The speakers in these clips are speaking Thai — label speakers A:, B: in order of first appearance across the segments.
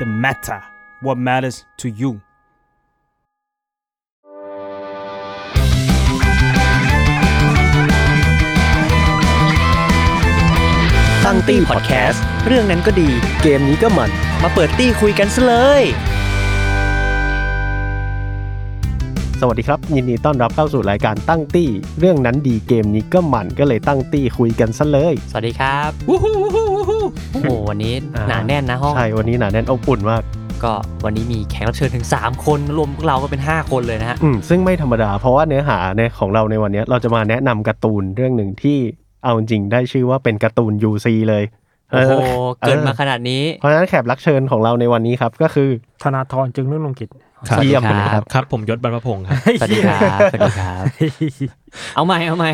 A: the matter, what matters to you.
B: ตั้งตี้พอดแคสต์เรื่องนั้นก็ดี เกมนี้ก็มัน มาเปิดตี้คุยกันซะเลย
C: สวัสดีครับ ยินดีต้อนรับเข้าสู่รายการตั้งตี้ เรื่องนั้นดีเกมนี้ก็มันก็เลยตั้งตี้คุยกันซะเลย
B: สวัสดีครับวู้ฮู้วู้ฮู้วู้ฮู้โอ้โหวันนี้
C: อ่า
B: หนาแน่นนะห้อง
C: ใช่วันนี้หนาแน่นอบอุ่นมาก
B: ก็วันนี้มีแขกรับเชิญถึง 3 คนรวมพวกเราก็เป็น 5 คนเลยนะฮะ
C: อืมซึ่งไม่ธรรมดา เพราะว่าเนื้อหาในของเราในวันนี้เราจะมาแนะนำการ์ตูนเรื่องหนึ่งที่เอาจริงได้ชื่อว่าเป็นการ์ตูน UC เลย
B: โอ้โหเกินมา
C: อ
B: ข
C: อ
B: นาดนี้
C: เพราะฉะนั้นแขกรับเชิญของเราในวันนี้ครับก็คือ
D: ธนาธรจึงรุ่งเรืองกิจ
B: สวัสดี
C: เยี่ยมไปเลยครับ
E: ครับผมยศบรรพพงศ์ครับ
B: สวัสดีครับ สวัสดีครับ เอาใหม่เอาใหม่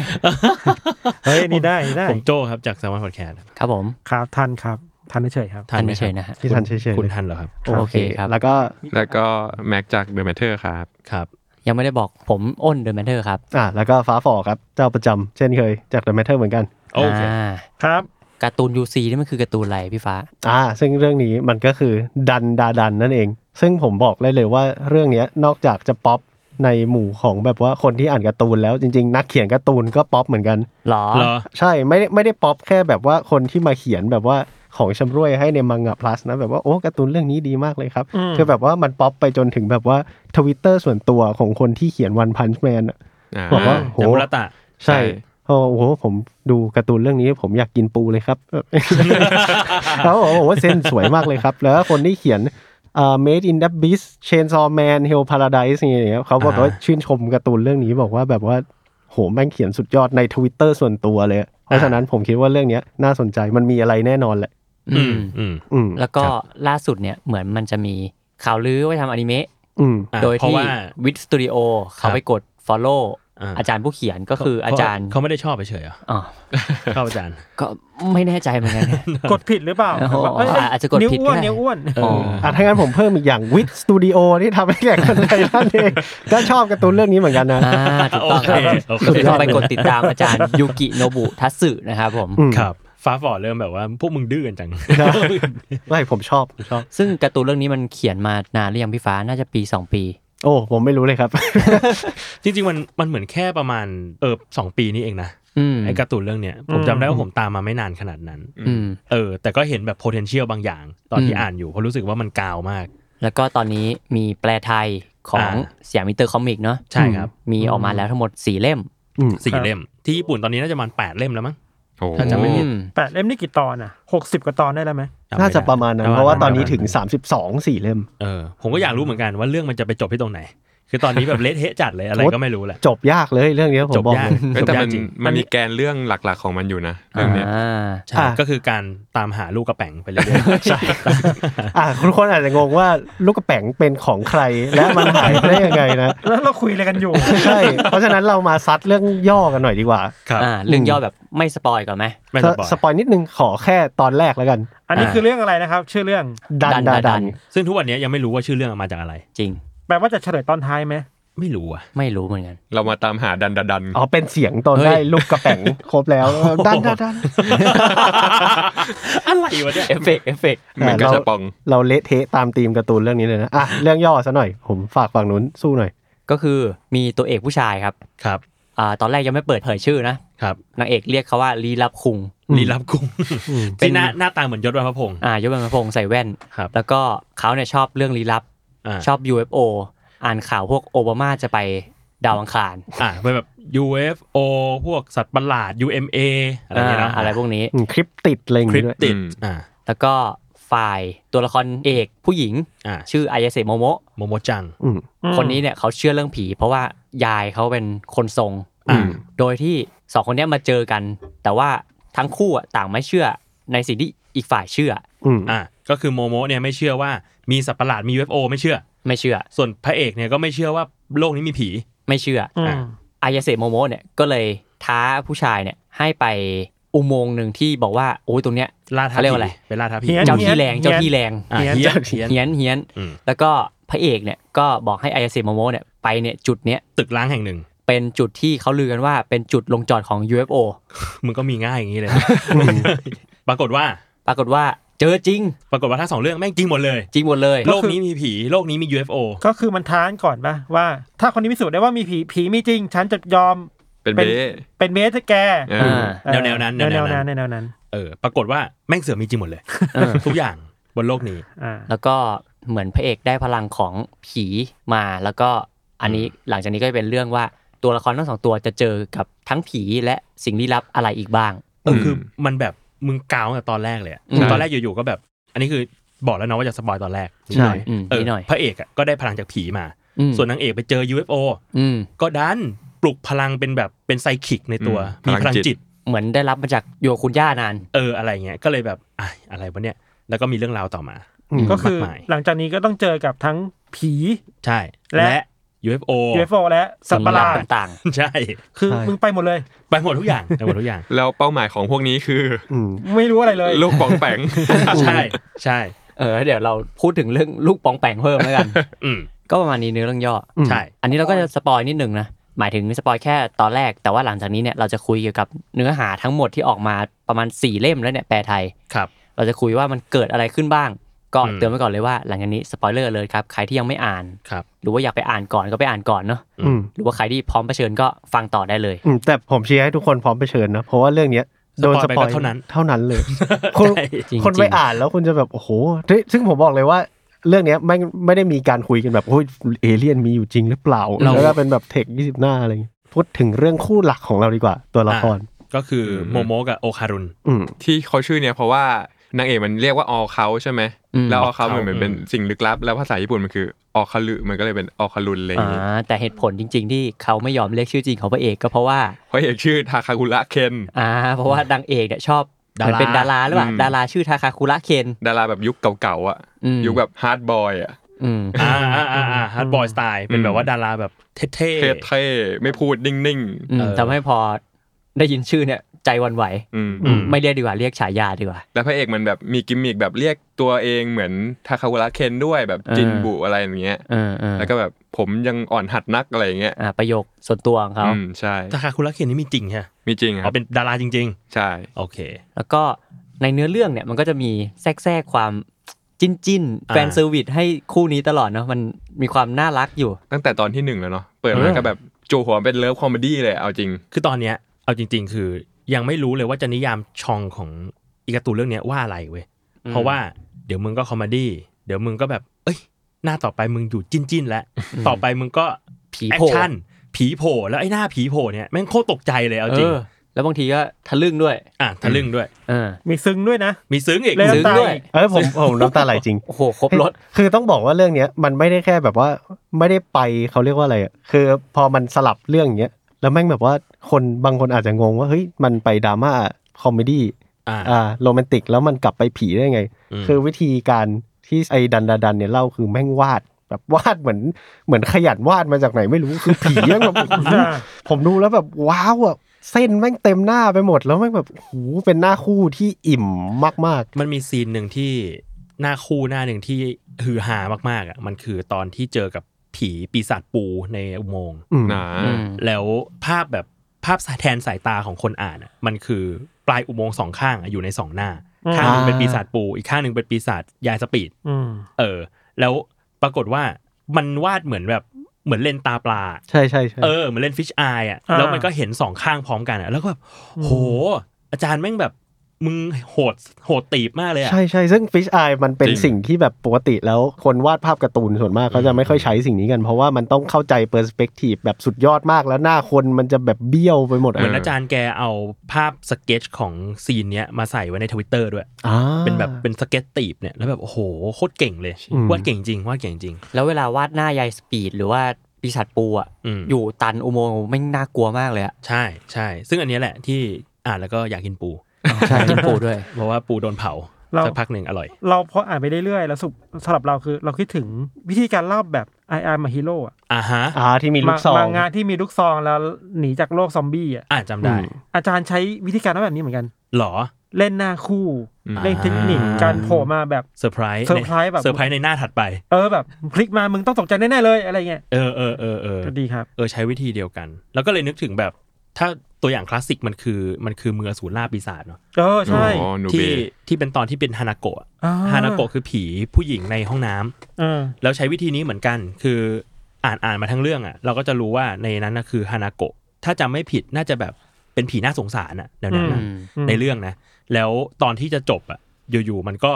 D: เฮ้ยนี่ได้นี่ได้
E: ผมโจครับจากสมาร์ทพอดแคสต์
B: ครับผม
D: ครับทันครับทันเฉยๆครับ
B: ทัน
E: ไหม
B: เฉยๆนะฮะ
C: ที่ทันเฉยๆ
E: คุณ
C: เลย
E: ทันเหรอครับ
B: โอเคครับ
C: แล้วก็
F: แล้วก็แม็กจาก The Matter ครับ
E: ครับ
B: ยังไม่ได้บอกผมอ้นเดอะแมนเทอร์ครับ
C: อ่ะแล้วก็ฟ้าฝอครับเจ้าประจำเช่นเคยจาก The Matter เหมือนกัน
E: โอเค
B: อ่า
D: ครับ
B: การ์ตูน UC นี่มันคือการ์ตูนอะไรพี่ฟ้า
C: อ่าซึ่งเรื่องนี้มันก็คือดันดาดันนั่นเอง ซึ่งผมบอกได้เลยว่าเรื่องเนี้ยนอกจากจะป๊อปในหมู่ของแบบว่าคนที่อ่านการ์ตูนแล้วจริง ๆ นักเขียนการ์ตูนก็ป๊อปเหมือนกัน
B: หรอ
E: เหรอ
C: ใช่ไม่ได้ไม่ได้ป๊อปแค่แบบว่าคนที่มาเขียนแบบว่าของชำรวยให้ในมังงะพลัสนะแบบว่าโอ้การ์ตูนเรื่องนี้ดีมากเลยครับ
D: อืม
C: คือแบบว่ามันป๊อปไปจนถึงแบบว่าทวิตเตอร์ส่วนตัวของคนที่เขียนวันพันช์แมนบอกว่าโห
E: จากมุรตะ
C: ใช่
F: ใช่
C: โอ้โหผมดูการ์ตูนเรื่องนี้ผมอยากกินปูเลยครับ เขาบอกว่าเส้นสวยมากเลยครับ แล้วก็คนที่เขียนเอ่อ made in the beast chainsaw man hell paradise นี่อย่างเงี้ยเขาบอกว่า
E: อ่า
C: ชื่นชมการ์ตูนเรื่องนี้บอกว่าแบบว่า โหแม่งเขียนสุดยอดใน Twitter ส่วนตัวเลยอะเพราะฉะนั้นผมคิดว่าเรื่องเนี้ยน่าสนใจมันมีอะไรแน่นอนแหละ
B: อืม
E: อืม
C: อืม
B: แล้วก็ล่าสุดเนี่ยเหมือนมันจะมีข่าวลือว่าทำอนิเมะ
C: อืม
E: อ่ะ
B: โดย
E: เพราะ
B: ที่
E: ว่า
B: วิดสตูดิโอเขา
E: ครับ
B: ไปกด Follow
E: อ่า
B: อาจารย์ผู้เขียนก็คืออาจารย์
E: เขาไม่ได้ชอบเฉยๆเหรอ
B: อ๋อ
E: ชอบอาจารย์
B: ก็ไม่แน่ใจเหมือนกัน
D: กดผิดหรือเปล่า
B: โอ้โห
D: แบบเย
B: อาจจะกด
D: นิ้ว
B: ผิด
D: อ้วน
B: ก็ได้
D: นิ้วอ้วน
E: เออ
C: อ่ะถ้างั้นผมเพิ่มอีกอย่างวิดสตูดิโอที่ทำให้แขกคนไทยนั่นเองก็ชอบการ์ตูนเรื่องนี้เหมือนกันนะ
B: อ่าถูกต้องครับ
E: โอเคโอเค
B: ก็ไปกดติดตามอาจารย์ยูกิโนบุทัตสึนะครับผม
C: อืม
E: ครับ ฟ้าฝ่อเริ่มแบบว่าพวกมึงดื้อกันจัง
C: ไม่ผมชอบผมชอบ
B: ซึ่งการ์ตูนเรื่องนี้มันเขียนมานานหรือยังพี่ฟ้าน่าจะปี 2 ปี
C: โอ้ผมไม่รู้เลยครับ
E: จริง ๆ มันมันเหมือนแค่ประมาณเออสองปีนี้เองนะ
B: อืม
E: ไอ้การ์ตูนเรื่องเนี้ยผม
D: อืม
E: จำได้ว่าผมตามมาไม่นานขนาดนั้น
B: อืม
E: เออ แต่ก็เห็นแบบ potential บางอย่าง ตอน
B: อื
E: ที่
B: ม
E: อ่านอยู่เพราะรู้สึกว่ามันกาวมาก
B: แล้วก็ตอนนี้มีแปลไทยของ
E: อ่า
B: สยามมิเตอร์คอมิกเนาะ
E: ใช่ครับ
B: มีออกมาแล้วทั้งหมด 4 เล่ม
E: สี่เล่ม ที่ญี่ปุ่นตอนนี้น่าจะประมาณแปดเล่มแล้วมั้ง
F: โอ้โห
E: ถ้าจำไม่ผิด
B: อื
D: แปดเล่มนี่กี่ตอนอ่ะหกสิบกว่าตอนได้แล้วไหม
E: จำ
C: น่า
E: ไม่
C: จะ
E: ได้
C: ประมาณนั้น
E: ป
C: เพราะว่าตอนนี้
E: ปมณ
C: ถึง 32สี่เล่ม
E: เออผมก็อยากรู้เหมือนกันว่าเรื่องมันจะไปจบที่ตรงไหน คือตอนนี้แบบ เละเทะจัดเลยอะไร
C: โอ๊ย
E: ก็ไม่รู้แหละ
C: จบยากเลยเรื่องเนี้ยผม
E: จบ
C: อย
E: บาก ก
C: เลย
F: เอ้ยแต่
E: จ
F: มั
E: บยาก
F: น
E: จริง
F: มันมีแกนเรื่องหลักๆของมันอยู่นะเรื่องเนี้ย
B: อ่า
E: ใช่
C: อ่ะ
E: ก็คือการตามหาลูกกระแป๋งไปเรื่อยๆ
C: อ่ะคุณคนอาจจะงงว่าลูกกระแป๋งเป็นของใครและมันหายไปได้ยังไงนะ
D: แล้วเราคุยอะไรกันอยู่
C: ใช่ เพราะฉะนั้นเรามาซัดเรื่องย่อกันหน่อยดีกว่า
E: ครับ
B: อ่าเรื่องย่อแบบไม่สปอยก่อนไหม
E: ไม่
C: ส
E: ส
C: ปอ
E: ปอย ย
C: สปอยนิดนึงขอแค่ตอนแรกแล้วกัน
D: อันนี้คือเรื่องอะไรนะครับ ชื่อเรื่อง
C: ดัน
B: ดัน
C: ดา
B: ดาดั
C: ดัน
B: น
E: ซึ่งทุกวันนี้ยังไม่รู้ว่าชื่อเรื่องมาจากอะไร
B: จริง
D: แปลว่าจะเฉลยตอนท้ายไหม
E: ไม่รู้อ่ะ
B: ไม่รู้เหมือนกัน
F: เรามาตามหาดันดาดัน
C: อ๋อ เป็นเสียงตอน
B: เฮ้ย
C: ได้ลูกกระแป๋ง ครบแล้ว ดันดาดัน
E: อะไรวะเนี่ย
B: เอฟเฟกต์เอฟเฟกต์
F: เหมือนกระชบปอง
C: เราเละเทะตามธีมการ์ตูนเรื่องนี้เลยนะ อ่ะ เรื่องย่อซะหน่อย ผมฝากฝั่งนู้นสู้หน่อย
B: ก็คือมีตัวเอกผู้ชายครับ
E: ครับ
B: อ่าตอนแรกยังไม่เปิดเผยชื่อนะครับนางเอกเรียกเขาว่าลีลับคุง
E: ลีลับกุ้ง
B: เป็น
E: ที่หน้าหน้าตาเหมือนยศวัฒพงศ์
B: อ่ายศบรรพพงศ์ใส่แว่น
E: ครับ
B: แล้วก็เขาเนี่ยชอบเรื่องลี้ลับ
E: อ่า
B: ชอบ UFO อ่านข่าวพวกโอบามาจะไปดาวอังคาร
E: อ่าเป็นแบบ UFO พวกสัตว์ประหลาด UMA อะไรอย่างเงี้ยเน
B: อ่า
E: อะ
B: อะไรพวกนี้
C: อืมคลิปติดอะไรอย่าง
E: คริ
C: งี้ด้
E: ป
C: วย
E: ติด
F: อืม
E: อ่า
B: แล้วก็ฝ่ายตัวละครเอกผู้หญิง
E: อ่า
B: ชื่ออายาเซโมโมะ
E: โมโมจัง
C: อืม
B: คนนี้เนี่ยเขาเชื่อเรื่องผี เพราะว่ายายเขาเป็นคนทรง
E: อ่า
B: โดยที่สองคนเนี้ยมาเจอกัน แต่ว่าทั้งคู่อะต่างไม่เชื่อ ในสิ่งที่อีกฝ่ายเชื่อ
C: อืม
E: อ่ะก็คือโมโมะเนี่ยไม่เชื่อว่ามีสัตว์ประหลาดมี UFO ไม่เชื่อ
B: ไม่เชื่อ
E: ส่วนพระเอกเนี่ยก็ไม่เชื่อว่าโลกนี้มีผี
B: ไม่เชื่ออ
D: อื
E: อ่ะ
D: ม
B: อายาเซโมโมะเนี่ยก็เลยท้าผู้ชายเนี่ยให้ไปอุโมงค์หนึ่งที่บอกว่าโอ้ยตรงเนี้ย
E: ล่าท้า
B: เขาเรียกว่าอะไร
E: ผีเป็นล่าท้าผี
D: หี้ยน
B: เจ้า
D: หี้
B: ที่
D: ยน
B: แรงเจ้าที่แรง
E: อ่ะเหี้ยนเหี้ยน
B: เฮียนเฮียน
E: อืม
B: แล้วก็พระเอกเนี่ยก็บอกให้อายาเซโมโมะเนี่ยไปเนี่ยจุดเนี้ย
E: ตึกล้างแห่งหนึ่ง
B: เป็นจุดที่เขาลือกันว่าเป็นจุดลงจอดของ UFO
E: มึงก็มีง่ายอย่างนี้เลย ปรากฏว่า
B: ปรากฏว่าเจอจริง
E: ปรากฏว่าทั้งสองเรื่องแม่งจริงหมดเลย
B: จริงหมดเลย
E: โลกนี้มีผี โลกนี้มี UFO
D: ก็คือมันท้านก่อนปะว่า ถ้าคนนี้พิสูจน์ได้ว่ามีผีผีมีจริง ฉันจะยอม
F: เป็นเบ้
D: เป็นเมสแก
F: เออ
B: อ่า
D: เออ
E: แนวๆนั้น
D: แน
E: แน
D: ว
E: ว
D: ๆ
E: ๆนั้
D: นั้น
E: น
D: แนวๆนั้น
E: เออ ปรากฏว่าแม่งเสือมีจริงหมดเลย ทุกอย่างบนโลกนี้
D: อ่า
B: แล้วก็เหมือนพระเอกได้พลังของผีมาแล้วก็อันนี้หลังจากนี้ก็จะเป็นเรื่องว่าตัวละครทั้งสองตัวจะเจอกับทั้งผีและสิ่งลี้ลับอะไรอีกบ้าง
E: เออคือมันแบบมึงกาวตั้งแต่ตอนแรกเลยอะ
B: อืม
E: ตอนแรกอยู่ๆก็แบบ อันนี้คือบอกแล้วเนาะว่าจะสปอยตอนแรก
C: ใช่
B: อืม
E: เออ
B: นิดหน่อย
E: พระเอกอะก็ได้พลังจากผีมา
B: อืม
E: ส่วนนางเอกไปเจอ UFO
B: อืม
E: ก็ดันปลุกพลังเป็นแบบเป็นไซคิกในตัว
F: อืม
E: มีพ
F: พลั
E: ลัง
F: งจิต
E: จิต
B: เหมือนได้รับมาจากโยคุณย่านาน
E: เอออะไรเงี้ยก็เลยแบบอ่ะอะไรวะเนี่ยแล้วก็มีเรื่องราวต่อมา
D: ก็คือ
E: มากมาย
D: หลังจากนี้ก็ต้องเจอกับทั้งผี
E: ใช่
D: และ
E: และ UFO
D: UFO และสัตว์ประหลาด
B: สิ่งลี้ลับต่าง
E: ใช่
D: คือ
C: ใช่
D: มึงไปหมดเลย
E: ไปหมดทุกอย่างไปหมดทุกอย่าง
F: แล้วเป้าหมายของพวกนี้คือ
C: อืม
D: ไม่รู้อะไรเลย
F: ลูกปองแปง
E: ใช่ใช่
B: ๆ เออ เดี๋ยวเราพูดถึงเรื่องลูกปองแปงเพิ่มแล้วกัน
E: อืม
B: ก็ประมาณนี้เนื้อเรื่องย่ออ
C: ม
E: ใช่
B: อันนี้เราก็จะสปอยนิดหนึ่งนะ หมายถึงสปอยแค่ตอนแรก แต่ว่าหลังจากนี้เนี่ยเราจะคุยเกี่ยวกับเนื้อหาทั้งหมดที่ออกมาประมาณ 4 เล่มแล้วเนี่ยแปลไทย
E: ครับ
B: เราจะคุยว่ามันเกิดอะไรขึ้นบ้าง ก็
E: อืม
B: เตือนไว้ก่อนเลยว่าหลังจากนี้สปอยเลอร์เลยครับ ใครที่ยังไม่อ่าน
E: ครับ
B: หรือว่าอยากไปอ่านก่อนก็ไปอ่านก่อนเนาะ
C: อืม
B: หรือว่าใครที่พร้อมเผชิญก็ฟังต่อได้เลย
C: อืมแต่ผมเชียร์ให้ทุกคนพร้อมไปเชิญนะ เพราะว่าเรื่องเนี้ยโดน
E: ส
C: ส
E: ป
C: ป
E: อ
C: อย ย
E: ไปก็เท่านั้น
C: เท่านั้น เลยคน
B: จริงๆ
C: คนไปอ่านแล้วคุณจะแบบ โอ้โหเฮ้ยซึ่งผมบอกเลยว่า เรื่องเนี้ยไม่ไม่ได้มีการคุยกันแบบโอ้ยเอเลี่ยนมีอยู่จริงหรือเปล่า
B: เรา
C: แล้วก็เป็นแบบเทคยี่สิบหน้าอะไรอย่างเงี้ยพูดถึงเรื่องคู่หลักของเราดีกว่า ตัวละคร
E: ก็คืออ
F: ม
E: โมโมะกับโอคารุน
C: อืม
F: ที่เขาชื่อเนี่ยเพราะว่านางเอกมันเรียกว่าออเขาใช่ไหม
B: อืม
F: แล้วออเขาเหมือน
E: all
F: เป็น
E: count
F: สิ่งลึกลับ แล้วภาษาญี่ปุ่นมันคือออคาลุมันก็เลยเป็นออคาลุนอะไรอย่า
B: อ่าง
F: งี้
B: แต่เหตุผลจริง ๆ ที่เขาไม่ยอมเรียกชื่อจริงของพระเอกก็เพราะว่า
F: พระเอกชื่อทาคากุระเคน
B: อ่าเพราะว่านางเอกเนี่ยชอบเห
E: ดา
B: มือ
E: รา
B: นเป็นดาราหรือเปล่าดาราชื่อทาคาคุระเคน
F: ดาราแบบยุคเก่าๆอ่ะ
B: อืม
F: ยุคแบบฮาร์ดบอยอ่ะ
B: อืม
E: อ่าอ่าอ่าอ่าฮาร์ดบอยสไตล์เป็นแบบว่าดาราแบบเท่ๆ
F: เท่ๆไม่พูดนิ่ง
B: อืม
E: เออ
B: ทำให้พอได้ยินชื่อเนี่ยใจหวันไหว
F: ๆอืม
C: อืม
B: ไม่เรียกดีกว่าเรียกฉายาดีกว่า
F: แล้วพระเอกมันแบบมีกิมมิกแบบเรียกตัวเองเหมือนทาคาวุระเคนด้วยแบบจิน
B: เออ
F: บุอะไรอย่างเงี้ย
B: เออเออ
F: แล้วก็แบบผมยังอ่อนหัดนักอะไรอย่างเงี้ย
B: อ่าประโยคส่วนตัวของเขา
F: อืมใช่
E: ทาคาคุระเคนนี่มีจริงใช่ไหม
F: มีจริงค
E: อ๋
F: รั
E: อบ เป็นดาราจริง
F: ใช่
E: ๆ โอเค
B: แล้วก็ในเนื้อเรื่องเนี่ยมันก็จะมีแทรกแทรกความจิ้นจิ้นๆ
E: อ่า
B: แฟนเซอร์วิสให้คู่นี้ตลอดเนาะมันมีความน่ารักอยู่
F: ตั้งแต่ตอนที่หนึ่งแล้วเนาะเปิดมาก็แบบจูหัวเป็นเลิฟคอมเมดี้เลยเอาจริง
E: คือตอนเนี้ยเอาจริง ๆ คือยังไม่รู้เลยว่าจะนิยามชองของอีการ์ตูนเรื่องเนี้ยว่าอะไรเว้ยเพราะว่าเดี๋ยวมึงก็คอมเมดี้เดี๋ยวมึงก็แบบ เอ้ย หน้าต่อไปมึงอยู่จิ้นจิ้นๆแล้วต่อไปมึงก็
B: ผี
E: แอ
B: โผล่
E: คชั่นผีโผล่แล้วไอ้หน้าผีโผล่เนี่ยแม่งโคตรตกใจเลยเอาจริง
B: แล้วบางทีก็ทะลึ่งด้วย
E: อ่ะทะลึ่งด้วย
B: เออ
D: มีซึ้งด้วยนะ
E: มีซึ้งอีก
D: เริ่ม
B: ซึ้งด้วย
C: เอ้ยผมผมน้ำตาไหลจริง
B: โอ้โหครบรถ
C: คือต้องบอกว่าเรื่องเนี้ยมันไม่ได้แค่แบบว่าไม่ได้ไปเขาเรียกว่าอะไรอะคือพอมันสลับเรื่องอย่างเงี้ยแล้วแม่งแบบว่าคนบางคนอาจจะงงว่าเฮ้ยมันไปดราม่าคอมเมดี้
E: อ่า
C: อ่าโรแมนติกแล้วมันกลับไปผีได้ไง คือวิธีการที่ไอ้ดันดาดันเนี่ยเล่าคือแม่งวาดแบบวาดเหมือนเหมือนขยันวาดมาจากไหนไม่รู้คือผีแม่งแบบ ผมดูแล้วแบบว้าวอะเส้นแม่งเต็มหน้าไปหมดแล้วแม่งแบบโหเป็นหน้าคู่ที่อิ่มมาก
E: มันมีซีนหนึ่งที่หน้าคู่หน้าหนึ่งที่ฮือฮามากๆอ่ะมันคือตอนที่เจอกับผีปีศาจปูในอุโมงค์
C: ๆอืม
F: นะ
E: แล้วภาพแบบภาพแทนสายตาของคนอ่านอะมันคือปลายอุโมงค์สองข้างอะอยู่ในสองหน้า
D: อืม
E: ข้างหนึ่งเป็
C: อ่า
E: นปีศาจปู อีกข้างหนึ่งเป็นปีศาจยายสปีด
D: อืม
E: เออ แล้วปรากฏว่ามันวาดเหมือนแบบเหมือนเลนส์ตาปลา
C: ใช่ใช่ใช่
E: เออเหมือนเล่นฟิชอายอ่ะแล้วมันก็เห็นสองข้างพร้อมกันอ่ะแล้วก็แบบโห อาจารย์แม่งแบบมึงโหดโหดตีบมากเลยอ่ะ
C: ใช่ใช่ซึ่ง Fish Eye มันเป็นสิ่งที่แบบปกติแล้วคนวาดภาพการ์ตูนส่วนมากเขาจะไม่ค่อยใช้สิ่งนี้กัน เพราะว่ามันต้องเข้าใจเปอร์สเปกทีฟแบบสุดยอดมากแล้วหน้าคนมันจะแบบเบี้ยวไปหมด
E: เหมือนอาจารย์แกเอาภาพสเก็ตของซีนเนี้ยมาใส่ไว้ในทวิตเตอร์ด้วย
C: อ่า
E: เป็นแบบเป็นสเก็ตตีบเนี่ยแล้วแบบโอ้โหโคตรเก่งเลย
C: อืม
E: วาดเก่งจริงวาดเก่งจริง
B: แล้วเวลาวาดหน้ายายสปีดหรือว่าปีศาจปูอ่ะ
E: อืม
B: อยู่ตันอุโมงค์ไม่งน่ากลัวมากเลยอ่ะ
E: ใช่ใช่ ซึ่งอันเนี้ยแหละที่อ่านแล้วก็อยากกินปู
B: ใช่กินปูด้วย
E: เพราะว่าปูโดนเผา
D: เรา
E: สักพักหนึ่งอร่อย
D: เราพออ่านไปเรื่อยๆแล้วสรุปสำหรับเราคือ เราคิดถึงวิธีการเล่าแบบไออาร์มาฮีโร่อะ
E: อ่าฮะ
C: อ่าที่มีลูกซอง
D: มางานที่มีลูกซองแล้วหนีจากโลกซอมบี้อ่ะ
E: อ่าจำได้
C: อืม
D: อาจารย์ใช้วิธีการเล่าแบบนี้เหมือนกัน
E: หรอ
D: เล่นหน้าคู่
F: อืม
D: เล่นเทคนิคการโผล่มาแบบ
E: เซอร์ไพรส์
D: เซอร์ไพรส์แบบ
E: เซอร์ไพรส์ในหน้าถัดไป
D: เออแบบพลิกมามึงต้องตกใจแน่ๆเลยอะไรเงี้ย
E: เออเออเออเออ
D: ก็ดีครับ
E: เออใช้วิธีเดียวกัน แล้วก็เลยนึกถึงแบบ ถ้าตัวอย่างคลาสสิกมันคือมันคือมืออสูรล่าปีศาจเนาะ
D: เออใช่
F: อ๋อหนูเบ
E: ที่ที่เป็นตอนที่เป็นฮานาโกะ
D: อ่
E: ฮานาโกะคือผีผู้หญิงในห้องน้ำ
D: เออ
E: แล้วใช้วิธีนี้เหมือนกัน คืออ่านอ่านมาทั้งเรื่องอ่ะ เราก็จะรู้ว่าในนั้นนะคือฮานาโกะถ้าจำไม่ผิดน่าจะแบบเป็นผีน่าสงสารอ่ะแนวนั้นน่ะ
B: อืม
E: ในเรื่องนะ แล้วตอนที่จะจบอ่ะ อยู่ๆมันก็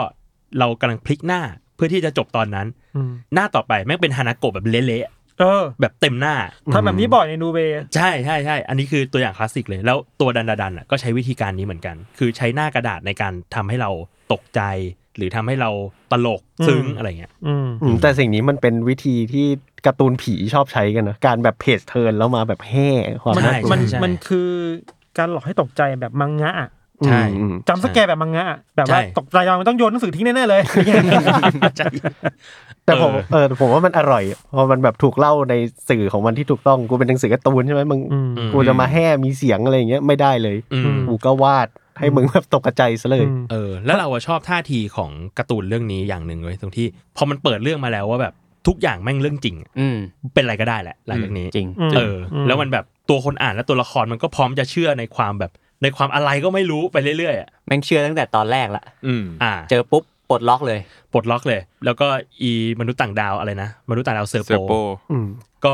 E: เรากำลังพลิกหน้าเพื่อที่จะจบตอนนั้น
D: อืม
E: หน้าต่อไปแม่งเป็นฮานาโกะแบบเละ
D: เออ
E: ๆแบบเต็มหน้า
D: ทำแบบนี้บ่อยในนูเบย์
E: ใช่ใช่ใช่อันนี้คือตัวอย่างคลาสสิกเลย แล้วตัวดันดาดันอ่ะก็ใช้วิธีการนี้เหมือนกัน คือใช้หน้ากระดาษในการทำให้เราตกใจ หรือทำให้เราตลกซึ้งอะไรเงี้ย
D: อืม
C: อืมแต่สิ่งนี้มันเป็นวิธีที่การ์ตูนผีชอบใช้กันนะการแบบเพจเทิร์นแล้วมาแบบแห่ความ
D: มัน
C: น่า
E: ใช่
C: กลัว
D: มัน
E: ใช่
D: มันคือการหลอกให้ตกใจแบบมังงะอะ
E: ใช่
C: อืม
D: จำสแกร์แบบมังงะอะแบบว่า
E: ใช่
D: ตกใจมันต้องโยนหนังสือทิ้งแน่ๆเลย
E: ใช่
C: แต่ผม
E: เออ
C: เออผมว่ามันอร่อยเพอมันแบบถูกเล่าในสื่อของมันที่ถูกต้องกูเป็นหนังสือการ์ตูนใช่ไหมมึง
D: อืม
C: กูจะมาแห่มีเสียงอะไรอย่างเงี้ยไม่ได้เลย
E: อืม
C: กูก็วาดให้มึงแบบตกใจซะเลย
E: เออแล้วเราอะชอบท่าทีของการ์ตูนเรื่องนี้อย่างหนึ่งเลยตรงที่พอมันเปิดเรื่องมาแล้วว่าแบบทุกอย่างแม่งเรื่องจริงอะ
B: อืม
E: เป็นอะไรก็ได้แหละหลังจากนี้
B: จริง
D: ม
E: เอออ
D: ม
E: แล้วมันแบบตัวคนอ่านและตัวละครมันก็พร้อมจะเชื่อในความแบบ ในความอะไรก็ไม่รู้ไปเรื่อยๆอะ
B: แม่งเชื่อตั้งแต่ตอนแรกละ
F: อืม
E: อ่า
B: เจอปุ๊บปลดล็อกเลย
E: ปลดล็อกเลย แล้วก็อีมนุษย์ต่างดาวอะไรนะมนุษย์ต่างดาวเซอร์
F: เซอร์
E: โป
F: โป
C: อืม
E: ก็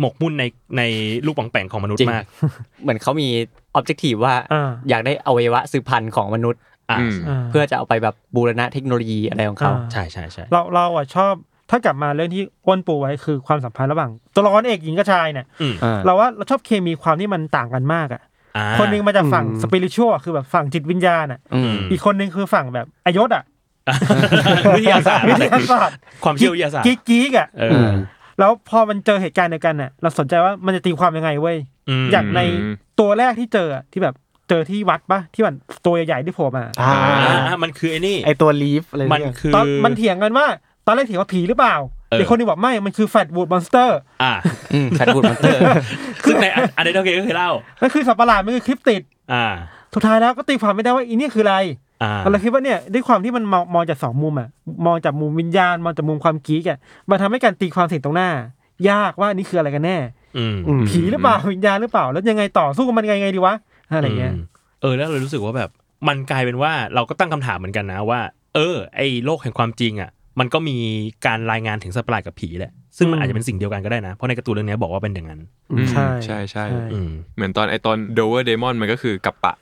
E: หมกมุ่นในในลูกปองแปงของมนุษ
B: จริ
E: ย์
B: ง
E: มาก
B: เหมือนเขามีออบเจกตีว่า
D: อ่า
B: อยากได้อวัยวะสืบพันธุ์ของมนุษย์
E: อ่า
F: อืม
B: เพื่อจะเอาไปแบบบูรณะเทคโนโลยีอะไรของเขา
D: อ่า
E: ใช่ใช่ใช่
D: เราเราอ่ะชอบถ้ากลับมาเรื่องที่อ้วนปูไว้คือความสัมพันธ์ระหว่างตัวละครเอกหญิงกับชายเนี่ย
E: อืม
B: อ่า
D: เราว่าเราชอบเคมีความที่มันต่างกันมากอ่ะ
E: อ่า
D: คนหนึงมาจากฝั่ง
C: อืม
D: สปิริชวลคือแบบฝั่งจิตวิญญาณอ่ะ
B: อืม
D: อีกคนหนึงคือฝั่งแบบอายศอ่ะ
E: วิทยาศาสตร์
D: วิทยาศาสตร์
E: ความเชื่อวิทยาศาสตร์
D: กิ๊กกิ๊กอ่ะ
E: เอออ
D: แล้วพอมันเจอเหตุการณ์เดียวกันอ่ะเราสนใจว่ามันจะตีความยังไงเว้ย
E: ม
D: อย่างใน
F: อืม
D: ตัวแรกที่เจออะที่แบบเจอที่วัดปะที่มันตัวใหญ่ๆที่โผล่มา
C: อ่า
E: อ่ามันคือไอ้นี่
C: ไอตัวลีฟอะไร
E: มัน
C: เนี่ย
E: คือ
D: ตอนมันเถียงกันว่า ตอนแรกเถียงว่าผีหรือเปล่า
E: เออ
D: อีกคนหนึงบอกไม่มันคือแฟตบูดมอนสเตอร์
E: อ่า
B: อืมแฟตบูดมันเตอร์
E: ซึ่งในอันเดอร์เกก็เคยเล่า
D: นั่นคือสัตว์ประหลาดมันคือคลิปติด
E: อ่า
D: สุดท้ายแล้วก็ตีความไม่ได้ว่าอีเนี่ยคืออะไร
E: อ่า
D: เราคิดว่าเนี่ยด้วยความที่มันมองมองจากสองมุมอ่ะมองจากมุมวิญญาณมองจากมุมความกีกอ่ะมันทำให้การตีความสิ่งตรงหน้า ยากว่านี่คืออะไรกันแน่
E: อืม
C: ม
D: ผีหรือเปล่าวิญญาณหรือเปล่าแล้วยังไงต่อสู้กับมันยังไงดีวะอะไรเงี้ย
E: มเออ แล้วเรารู้สึกว่าแบบ มันกลายเป็นว่าเราก็ตั้งคำถามเหมือนกันนะว่า เออ ไอ้โลกแห่งความจริงอ่ะ มันก็มีการรายงานถึงสัตว์ประหลาดกับผีแหละ ซึ่งมันอาจจะเป็นสิ่งเดียวกันก็ได้นะ เพราะในการ์ตูนเรื่องนี้บอกว่าเป็นอย่างนั้น
F: อืม
D: ใช่
F: ใช่ใช่
E: อืม
F: เหมือนตอนไอตอน Dover Demon มันก็คือกัปปะ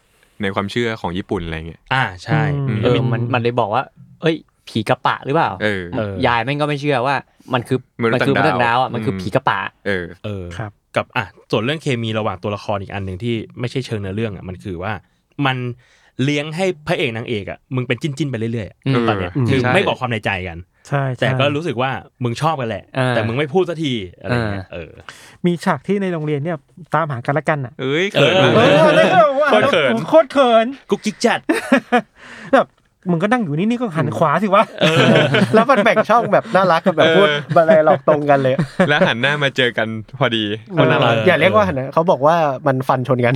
F: ในความเชื่อของญี่ปุ่นอะไรเงี้ย
E: อ่า ใช่
B: เออมันมันเลยบอกว่า เอ้ย ผีกระปะหรือเปล่า
F: เออ
E: เออ
B: ยายแม่งก็ไม่เชื่อว่ามันคือ
F: มนุษย์
B: คืมนุษ
F: ต่าง
B: ย์
F: ดา
B: ดาว
F: ว
B: อ่ะมันคืออ
F: ม
B: ผีกระปะ
F: เออ
E: เออ
D: ครับ
E: กับอ่ะส่วนเรื่องเคมีระหว่างตัวละครอีกอันหนึ่งที่ไม่ใช่เชิงเนื้อเรื่องอ่ะมันคือว่า มันเลี้ยงให้พระเอกนางเอกอ่ะมึงเป็นจิ้นจิ้นๆไปเรื่อยๆอะ
B: อืม
E: ตอนเนี้ย
F: เออ
E: คือ
F: ใช่
E: ไม่บอกความในใจกัน
D: ใช่
E: แต่
D: ใช่
E: ก็รู้สึกว่ามึงชอบกันแหละ
B: อ่า
E: แต่มึงไม่พูดสักทีอะไรเงี้ยเออ
D: มีฉากที่ในโรงเรียนเนี่ยตามหากันและกันอ่ะ
F: เอ้ยเขินมาก
D: เอ
F: เลย
D: อแล้วก็ว่า
E: โคตรเขิน
D: โคตรเขิน
E: กุ๊กกิ๊กจัด
D: แบบมึงก็นั่งอยู่นี่นี่ก็หันขวาสิวะ
C: แล้วมันแบ่งช่องแบบน่ารักกับแบบพูดอะไรหลอกตรงกันเลย
F: แล้วหันหน้ามาเจอกันพอดี
C: เอ
F: เขาน่ารัก
C: ออย่าเรียกว่าหันนะเขาบอกว่ามันฟันชนกัน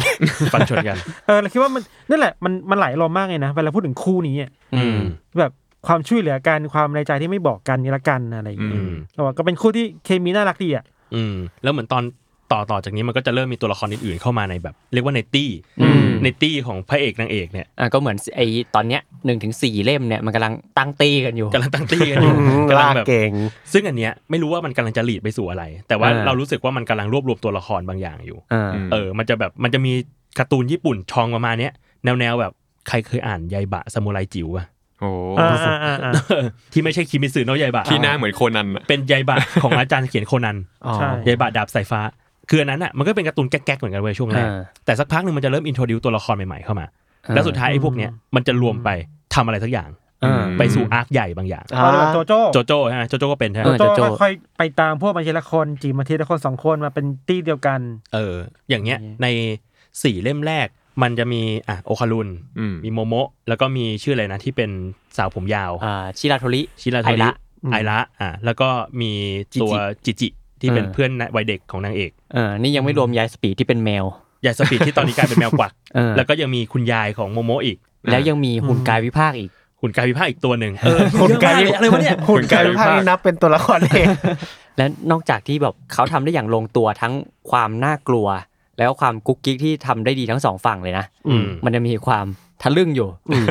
E: ฟันชนกัน
D: เออเราคิดว่ามันนั่นแหละมันมันหลายลมณ์มากเลยนะเวลาพูดถึงคู่นี้อะ
E: อืม
D: แบบความช่วยเหลือกันความในใจที่ไม่บอกกันนี่ละกันอะไรอย่าง
F: อื
D: เงี้ย
F: ม
D: เราว่าก็เป็นคู่ที่เคมีน่ารักดีอ่ะ
E: อืม แล้วเหมือนตอนต่อต่อจากนี้มันก็จะเริ่มมีตัวละครอื่นๆเข้ามาในแบบ เรียกว่าในตี้
B: อืม
E: ในตี้ของพระเอกนางเอกเนี่ย
B: อ่ะก็เหมือนไอ้ตอนเนี้ยหนึ่งถึงสี่เล่มเนี่ยมันกำลังตั้งตีกันอยู่
E: กำลังตั้งตี้กันอยู่กำลั
C: ลาก
E: แบบ
C: เก่ง
E: ซึ่งอันเนี้ยไม่รู้ว่ามันกำลังจะหลีดไปสู่อะไร แต่ว่า
B: อ่า
E: เรารู้สึกว่ามันกำลังรวบรวมตัวละครบางอย่างอยู่
B: อ่า
E: เออ มันจะแบบ มันจะมีการ์ตูนญี่ปุ่นชองประมาณเนี้ย แนวแนวแบบใครเคยอ่านยายบะซามูไรจิ๋วอะ
F: โอ้โห
D: อ่าอ่าอ่า
E: ที่ไม่ใช่คิมิสึโนะยายบะ
F: ที่หน้าเหมือนโคนันอะ
E: เป็นยายบะของอาจารย์เขียนโคนั น
D: ใช่
E: ยายบาดดาบสายฟ้า คืออันนั้นอ่ะมันก็เป็นการ์ตูนแก๊กๆเหมือนกันเว้ยช่วงแรก
B: อ่า
E: แต่สักพักหนึ่งมันจะเริ่มอินโทรดิวตัวละครใหม่ๆเข้ามา แล้วสุดท้ายไอ้พวกเนี้ยมันจะรวมไปทำอะไรสักอย่าง
B: อ่า
E: ไปสู่อาร์คใหญ่บางอย่าง
C: อ่า
D: เอาเลยโจโจ้
E: โจโจ้ฮะโจโจ้ก็เป็นใช่ไหม
B: เออ
D: โจ
B: โจ
D: โจ้
B: โจ้
D: ค่อยๆไปตามพวกมาทีละคนจีบมาทีละคนสองคนมาเป็นตี้เดียวกัน
E: เออ อย่างเงี้ยในสี่เล่มแรก มันจะมีอ่ะโอคารุน
F: อืม
E: มีโมโมะแล้วก็มีชื่ออะไรนะที่เป็นสาวผมยาว
B: อ่าชิราโทริ
E: ชิราโท
B: ไอ
E: ริ
B: ระ
E: ไอระอ่ะแล้วก็มี
B: จิจิ
E: ตัวจิจิที่เป็น
B: เออ
E: เพื่อนวัยเด็กของนางเอก
B: เออนี่ยังไม่รวมยายสปีดที่เป็นแมว
E: ยายสปีดที่ตอนนี้กลายเป็นแมวกวัก
B: เออ
E: แล้วก็ยังมีคุณยายของโมโมะอีก
B: แล้วยังมีหุ่นกายวิภาคอีก
E: คุณกายวิภาคอีกตัวหนึ่งเออ
C: หุ่นกาย
E: เอะมเลอะไรวะเนี่ย
C: หุ่นกายภาคนี่นับเป็นตัวละครเอง
B: และนอกจากที่แบบเขาทำได้อย่างลงตัวทั้งความน่ากลัว แล้วความกุ๊กกิ๊กที่ทำได้ดีทั้งสองฝั่งเลยนะ
E: อืม
B: มันจะมีความทะลึ่งอยู่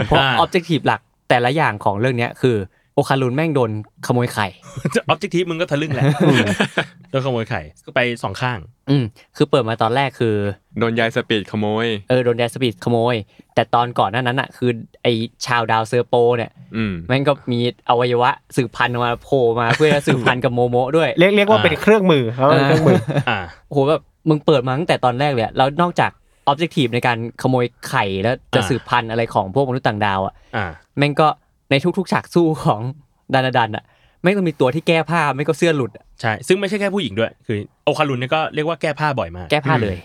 B: เพราะ
E: อ่า
B: ออบเจกตีฟหลักแต่ละอย่างของเรื่องเนี้ยคือ โอคารุนแม่งโดนขโมยไข่
E: ออบเจกตีมึงก็ทะลึ่งแหละโดนขโมยไข่ก็ไปสองข้าง
B: อืมคือเปิดมาตอนแรกคือ
F: โดนยายสปีดขโมย
B: เออโดนแดสปีดขโมย แต่ตอนก่อนหนั้นนั้นอ่ะคือไอชาวดาวเซอร์โปเนี่ย
F: อืม
B: แม่งก็มีอวัยวะสืบพันธุ์ออกมาโผล่มาเพื่อจะสืบพันธุ์กับโมโมะด้วย
C: เรียกเรียกว่า
E: อ่า
C: เป็นเครื่องมือเขาเป็นเครื่องมือ
E: อ่า
B: โอ้โหแบบมึงเปิดมาตั้งแต่ตอนแรกเลยอะแล้วนอกจากออบเจกตีฟในการขโมยไข่แล้วจะ
E: อ่า
B: สืบพันธุ์อะไรของพวกมนุษย์ต่างดาวอ่ะ
E: อ่า
B: แม่งก็ในทุกๆฉากสู้ของดานาดันอ่ะแม่งต้องมีตัวที่แก้ผ้าไม่ก็เสื้อหลุดอะ
E: ใช่ ซึ่งไม่ใช่แค่ผู้หญิงด้วย คือโอคารุนเนี่ยก็เรียกว่าแก้ผ้าบ่อยมาก
B: แก้ผ้าเลย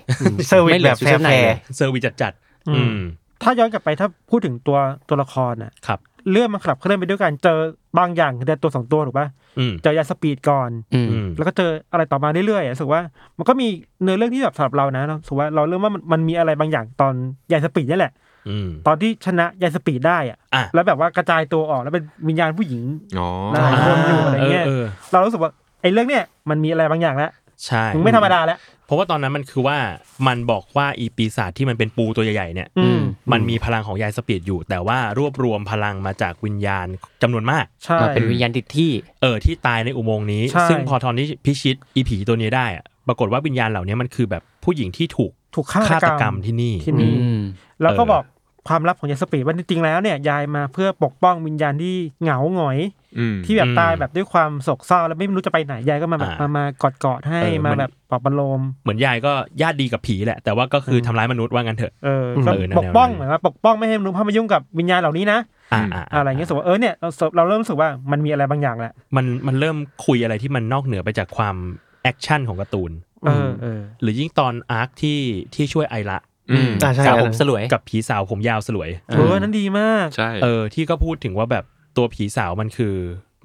C: เซอร์วิส
B: ไม่หลื
C: แบบ
B: ชุดชั้นใน
C: แฟร์
B: เลย
E: เซอร์วิสจัดจัดๆอืม
D: ถ้าย้อนกลับไปถ้าพูดถึงตัวตัวละครน่ะ
E: ครับ
D: เรื่องมันขับเคลื่อนไปด้วยกันเจอบางอย่างเดนตัวสองตัวถูกปะ
E: อืม
D: เจอยาสปีดก่อน
B: อืม
E: อืม
D: แล้วก็เจออะไรต่อมาเรื่อยๆอ่ะรู้สึกว่ามันก็มีเนื้อเรื่องที่แบบสำหรับเรานะเรารู้สึกว่าเราเริ่มว่ามันมันมีอะไรบางอย่างตอนยายสปีดนี่แหละ
E: อืม
D: ตอนที่ชนะยายสปีดได้อ่ะ
E: อ่ะ
D: แล้วแบบว่ากระจายตัวออกแล้วเป็นวิญญาณผู้หญิง
F: อ๋อ
D: หลายคนอยู่อะไรเงี้ย
E: เออเออ
D: เรารู้สึกว่าไอ้เรื่องเนี้ยมันมีอะไรบางอย่างแล้ว
E: ใช่
D: มึงไม่ธรรมดาแล้ว
E: เพราะว่าตอนนั้นมันคือว่ามันบอกว่าอีปีศาจที่มันเป็นปูตัวใหญ่ๆเนี่ย
D: อืม
E: มันมีพลังของยายสปีดอยู่ แต่ว่ารวบรวมพลังมาจากวิญญาณจำนวนมาก
D: ใช่
B: มาเป็นวิญญาณติดที่
E: เออที่ตายในอุโมงค์นี้
D: ใช่
E: ซึ่งพอตอนที่พิชิตอีผีตัวนี้ได้อะปรากฏว่าวิญญาณเหล่านี้มันคือแบบผู้หญิงที่ถูก
D: ถูกฆา
E: ฆา
D: ต
E: ต
D: ก
E: ก
D: ร
E: ร
D: ร
E: ร
D: ม
E: มที่นี่
D: ที่นี่
B: อืม
D: แล้วก็
E: เออ
D: บอกความลับของยายสปีดว่าจริงๆแล้วเนี่ยยายมาเพื่อปกป้องวิญญาณที่เหงาหงอย
F: อืม
D: ที่แบบ
E: อืม
D: ตายแบบด้วยความโศกเศร้าแล้วไม่รู้จะไปไหนยายก็มาแบบ
E: อ่า
D: า
E: ม
D: มากอดกอดๆให้
E: เออ
D: มา
E: มัน
D: แบบปลอบประโลม
E: เหมือนยายก็ญาติดีกับผีแหละ แต่ว่าก็คืออทำร้ายมนุษย์ว่างั้นเถอะ
D: เออ
E: อืม
D: ก็
E: เออแนวๆ
D: ปกป้องเห
E: นั้น
D: มือนว่าปกป้องไม่ให้มนุษย์เข้ามายุ่งกับวิญญาณเหล่านี้นะ
E: อ่า
D: อะไรเงี้ยรู้สึกว่าเออเนี่ยเราเราเริ่มรู้สึกว่ามันมีอะไรบางอย่างแหละ
E: มันมันเริ่มคุยอะไรที่มันนอกเหนือไปจากความแอคชั่นของการ์ตูน
D: เออเออ
E: หรือยิ่งตอนอาร์คที่ที่ช่วยไอระ
F: อืม
C: อ่าใช่
B: สาว
C: อัน
B: ผม
C: นั้น
B: สลวย
E: กับผีสาวผมยาวสลวย
D: เออ นั้นดีมาก
F: ใช่
E: เออที่ก็พูดถึงว่าแบบตัวผีสาวมันคือ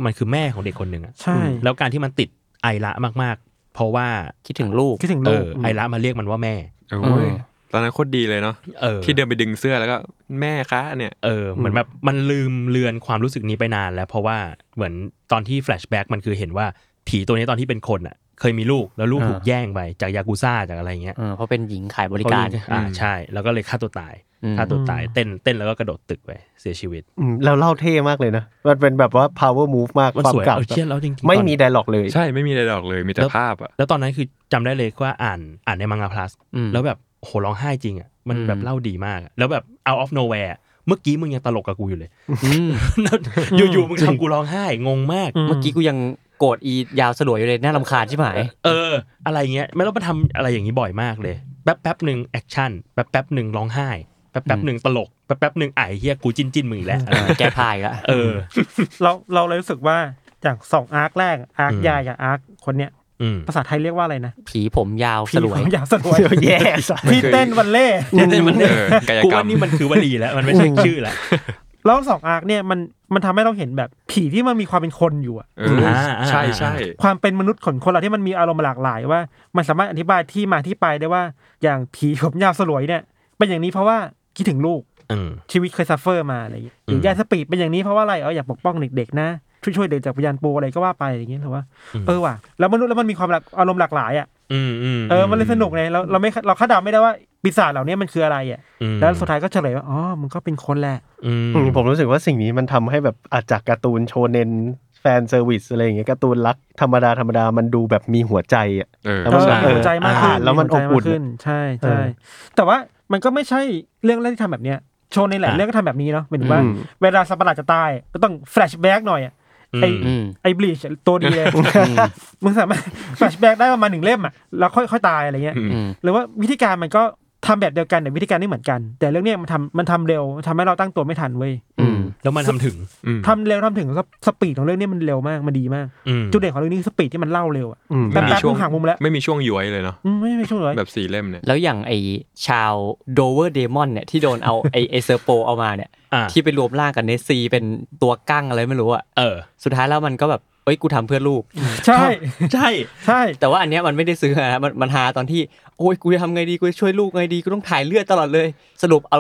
E: มันคือแม่ของเด็กคนหนึ่งอะ
D: ใช่
E: แล้วการที่มันติดไอระมากๆ เพราะว่า
B: คิดถึงลูก
D: คิดถึง
E: เอ
D: ลูก
E: อไอระมาเรียกมันว่าแม่
F: โอ้ยตอนนั้นโคตรดีเลยเนาะ
E: เออ
F: ที่เดินไปดึงเสื้อแล้วก็แม่คะเนี่ย
E: เออเหมือนแบบมันลืมเลือนความรู้สึกนี้ไปนานแล้ว เพราะว่าเหมือนตอนที่แฟลชแบ็กมันคือเห็นว่าผีตัวนี้ตอนที่เป็นคนอ่ะ เคยมีลูกแล้วลูก
B: อ่า
E: ถูกแย่งไปจากยากูซ่าจากอะไรเงี้ย
B: เออเพราะเป็นหญิงขายบริการ
E: เขอ่าใช่ แล้วก็เลยฆ่าตัวตาย
B: อืม
E: ฆ่าตัวตายเต้นเต้นแล้วก็กระโดดตึกไปเสียชีวิต
C: อืมเราเล่าเท่มากเลยนะ มันเป็นแบบว่า power move มาก
E: มัน
C: ความ
E: สวย
C: เก่า
E: เอาเชี่ยแล้วจริงๆ
C: ไม่
E: ตอน
C: มีได l ล็อกเลย
F: ใช่ไม่มีอะไรดอกเลยมีแต่
E: แล้ว
F: ภาพอ่ะ
E: แล้วตอนนั้นคือจำได้เลยว่าอ่านอ่านในมังงะพลัส
B: อืม
E: แล้วแบบโหร้องไห้จริงอ่ะมันแบบ
B: อืม
E: เล่าดีมากอะแล้วแบบ out of nowhere เมื่อกี้มึงยังตลกกับกูอยู่เลย
B: อืม
E: อยู่ๆมึงทำกูร้องไห้งงมาก
B: เมื่อกี้กูยังโกรธอียาวสลวยอยู่เลยน่ารำคาญใช่ไหม
E: เออ อะไรเงี้ยไม่ต้องมาทำอะไรอย่างนี้บ่อยมากเลย แป๊บแป๊บหนึ่งแอคชั่นแป๊บแป๊บหนึ่งร้องไห้ แป๊บแป๊บหนึ่งตลก แป๊บแป๊บหนึ่งไอ้เฮียกูจิ้นจิ้นมึงอีกแล้ว
B: เออแก้ผ้าอีกแล้ว
E: เออ
D: เราเราเลยรู้สึกว่าจากสองอาร์คแรกอาร์ค
E: อืม
D: ยายกับอาร์คคนเนี้ย
E: อืม
D: ภาษาไทยเรียกว่าอะไรนะ
B: ผีผมยาวสลวย
D: ผีของยาสลวย
C: แย่สัส
D: ที่เต้นวันเล่
E: มัน
F: เออกาย
E: กู
F: กรร
E: ว่ามนี่มันคือวลีแล้วมันไม่ใช่ชื่อแล้ว
D: แล้วสองอาร์คเนี่ยมันมันทำให้เราเห็นแบบผีที่มันมีความเป็นคนอยู่อะ
F: เออใช่ใช่
D: ความเป็นมนุษย์ของคนเราที่มันมีอารมณ์หลากหลายว่า มันสามารถอธิบายที่มาที่ไปได้ว่าอย่างผีผมยาวสลวยเนี่ยเป็นอย่างนี้เพราะว่าคิดถึงลูก
E: อืม
D: ชีวิตเคยซัฟเฟอร์มาอะไรอย่างเงี้ยหรือ
E: ม
D: ยายสปีดเป็นอย่างนี้เพราะว่าอะไรเอออยากปกป้องเด็กๆนะช่วยช่วยเด็กจากพยานปูอะไรก็ว่าไปอะไรอย่างเงี้ยถือว่าเออว่ะแล้วมนุษย์แล้วมันมีความหลากอารมณ์หลากหลายอ่ะ
E: อืมอืม
D: เออมันเลยสนุกไงเราเราไม่เราคาดเดาไม่ได้ว่าปีศาจเหล่านี้มันคืออะไรอ่ะ
E: อืม
D: แล้วสุดท้ายก็เฉลยว่าอ๋อมันก็เป็นคนแหละ
E: อืม
C: อืมผมรู้สึกว่าสิ่งนี้มันทำให้แบบอาจจากการ์ตูนโชเนนแฟนเซอร์วิสอะไรอย่างเงี้ยการ์ตูนรักธรรมดาธรรมดามันดูแบบมีหัวใจอ่ะ
F: เออ
C: แล้วมันแบบ
D: เออหัวใจมากขึ้น
C: อ่านแล้วมัน
D: หัใจาก
C: อบอุ่น
D: ขึ้นใช่
C: เอ
D: ใช่
C: อ
D: แต่ว่ามันก็ไม่ใช่เรื่องแรกที่ทำแบบเนี้ยโชว์ในหลายเรื่องก็ทำแบบนี้เนาะหมายถึงว่า
C: อืม
D: เวลาสัตว์ประหลาดจะตายก็ต้องแฟลชแบ็กหน่อยอะไอ
B: อืม
D: ไอบลีชตัวดีเลย มึงสามารถแฟลชแบ็กได้ประมาณหนึ่งเล่มอ่ะแล้วค่อยค่อยตายอะไรเงี้ย
B: อืม
D: หรือว่าวิธีการมันก็ทำแบบเดียวกันแต่วิธีการไม่เหมือนกัน แต่เรื่องเนี้ยมันทำมันทำเร็วมันทำให้เราตั้งตัวไม่ทันเว้ย
B: อืม
E: แล้วมันทำถึง อืม
D: ทำเร็วทำถึงก็สปีดของเรื่องนี้มันเร็วมากมันดีมาก
E: อืม
D: จุดเด่นของเรื่องนี้คือสปีดที่มันเล่าเร็วอะ
C: อืม
D: แป๊บ
F: มี
D: แป๊บ
F: ช่วง
D: ห่างมุมแล้ว
F: ไม่มีช่วงย้อยเลยเนาะ
D: อืมไม่ไม่ช่วงเลย
F: แบบสี่เล่มเนี่ย
B: แล้วอย่างไอชาวโดเวอร์เดมอนเนี่ยที่โดนเอา ไอเอเซอร์โปเอามาเนี่ย
E: อ่า
B: ที่ไปรวมร่างกับเนสซีเป็นตัวกั้งอะไรไม่รู้อะ
E: เออ
B: สุดท้ายแล้วมันก็แบบเอ้ยกูทำเพื่อลูก
D: ใช่
E: ใช่
D: ใช่
B: แต่ว่าอันเนี้ยมันไม่ได้ซื้อนะมันมันหาตอนที่โอ้ยกูจะทำไงดีกูจะช่วยลูกไงดีกูต้องถ่ายเลือดตลอดเลย สรุปเอา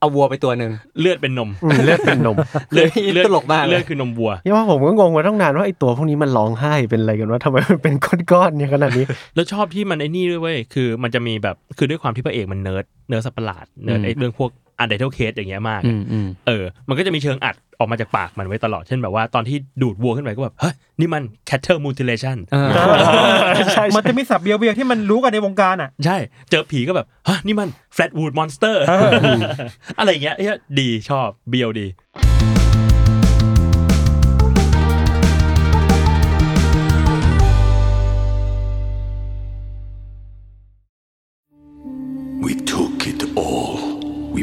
B: เอาวัวไปตัวหนึ่ง
E: เลือดเป็นนม
C: อืมเลือดเป็นนม
E: เลือด
B: เลือดตล กมากเล
E: เลือด
B: ย
E: คือนมวัว
C: เนี่ยว่าผมก็งงมาตั้งนานว่าไอตัวพวกนี้มันร้องไห้เป็นอะไรกันวะทำไมมันเป็นก้อนๆเนี่ยขนา ดนี้
E: แล้วชอบที่มันไอ้นี่ด้วยเว้ย คือมันจะมีแบบ คือด้วยความที่พระเอกมันเนิร์ด เนิร์ดสัตว์ประหลาด เนิร์ดไอ้เรื่องพวกอันเดอร์เคสอย่างเงี้ยมาก
B: อืมอืม
E: เออ มันก็จะมีเชิงอัดออกมาจากปากมันไว้ตลอด เช่นแบบว่าตอนที่ดูดวัวขึ้นไปก็แบบ เฮ้ย นี่มัน cattle mutilation
B: เออ
C: ใช่
D: มันจะมีสับเบียวเบียวๆที่มันรู้กันในวงการอ่ะ
E: ใช่ เจอผีก็แบบ ฮะ นี่มัน flatwood monster อะไรอย่างเงี้ยเอ้ยดี ชอบ เบียวดี
G: We took it all. We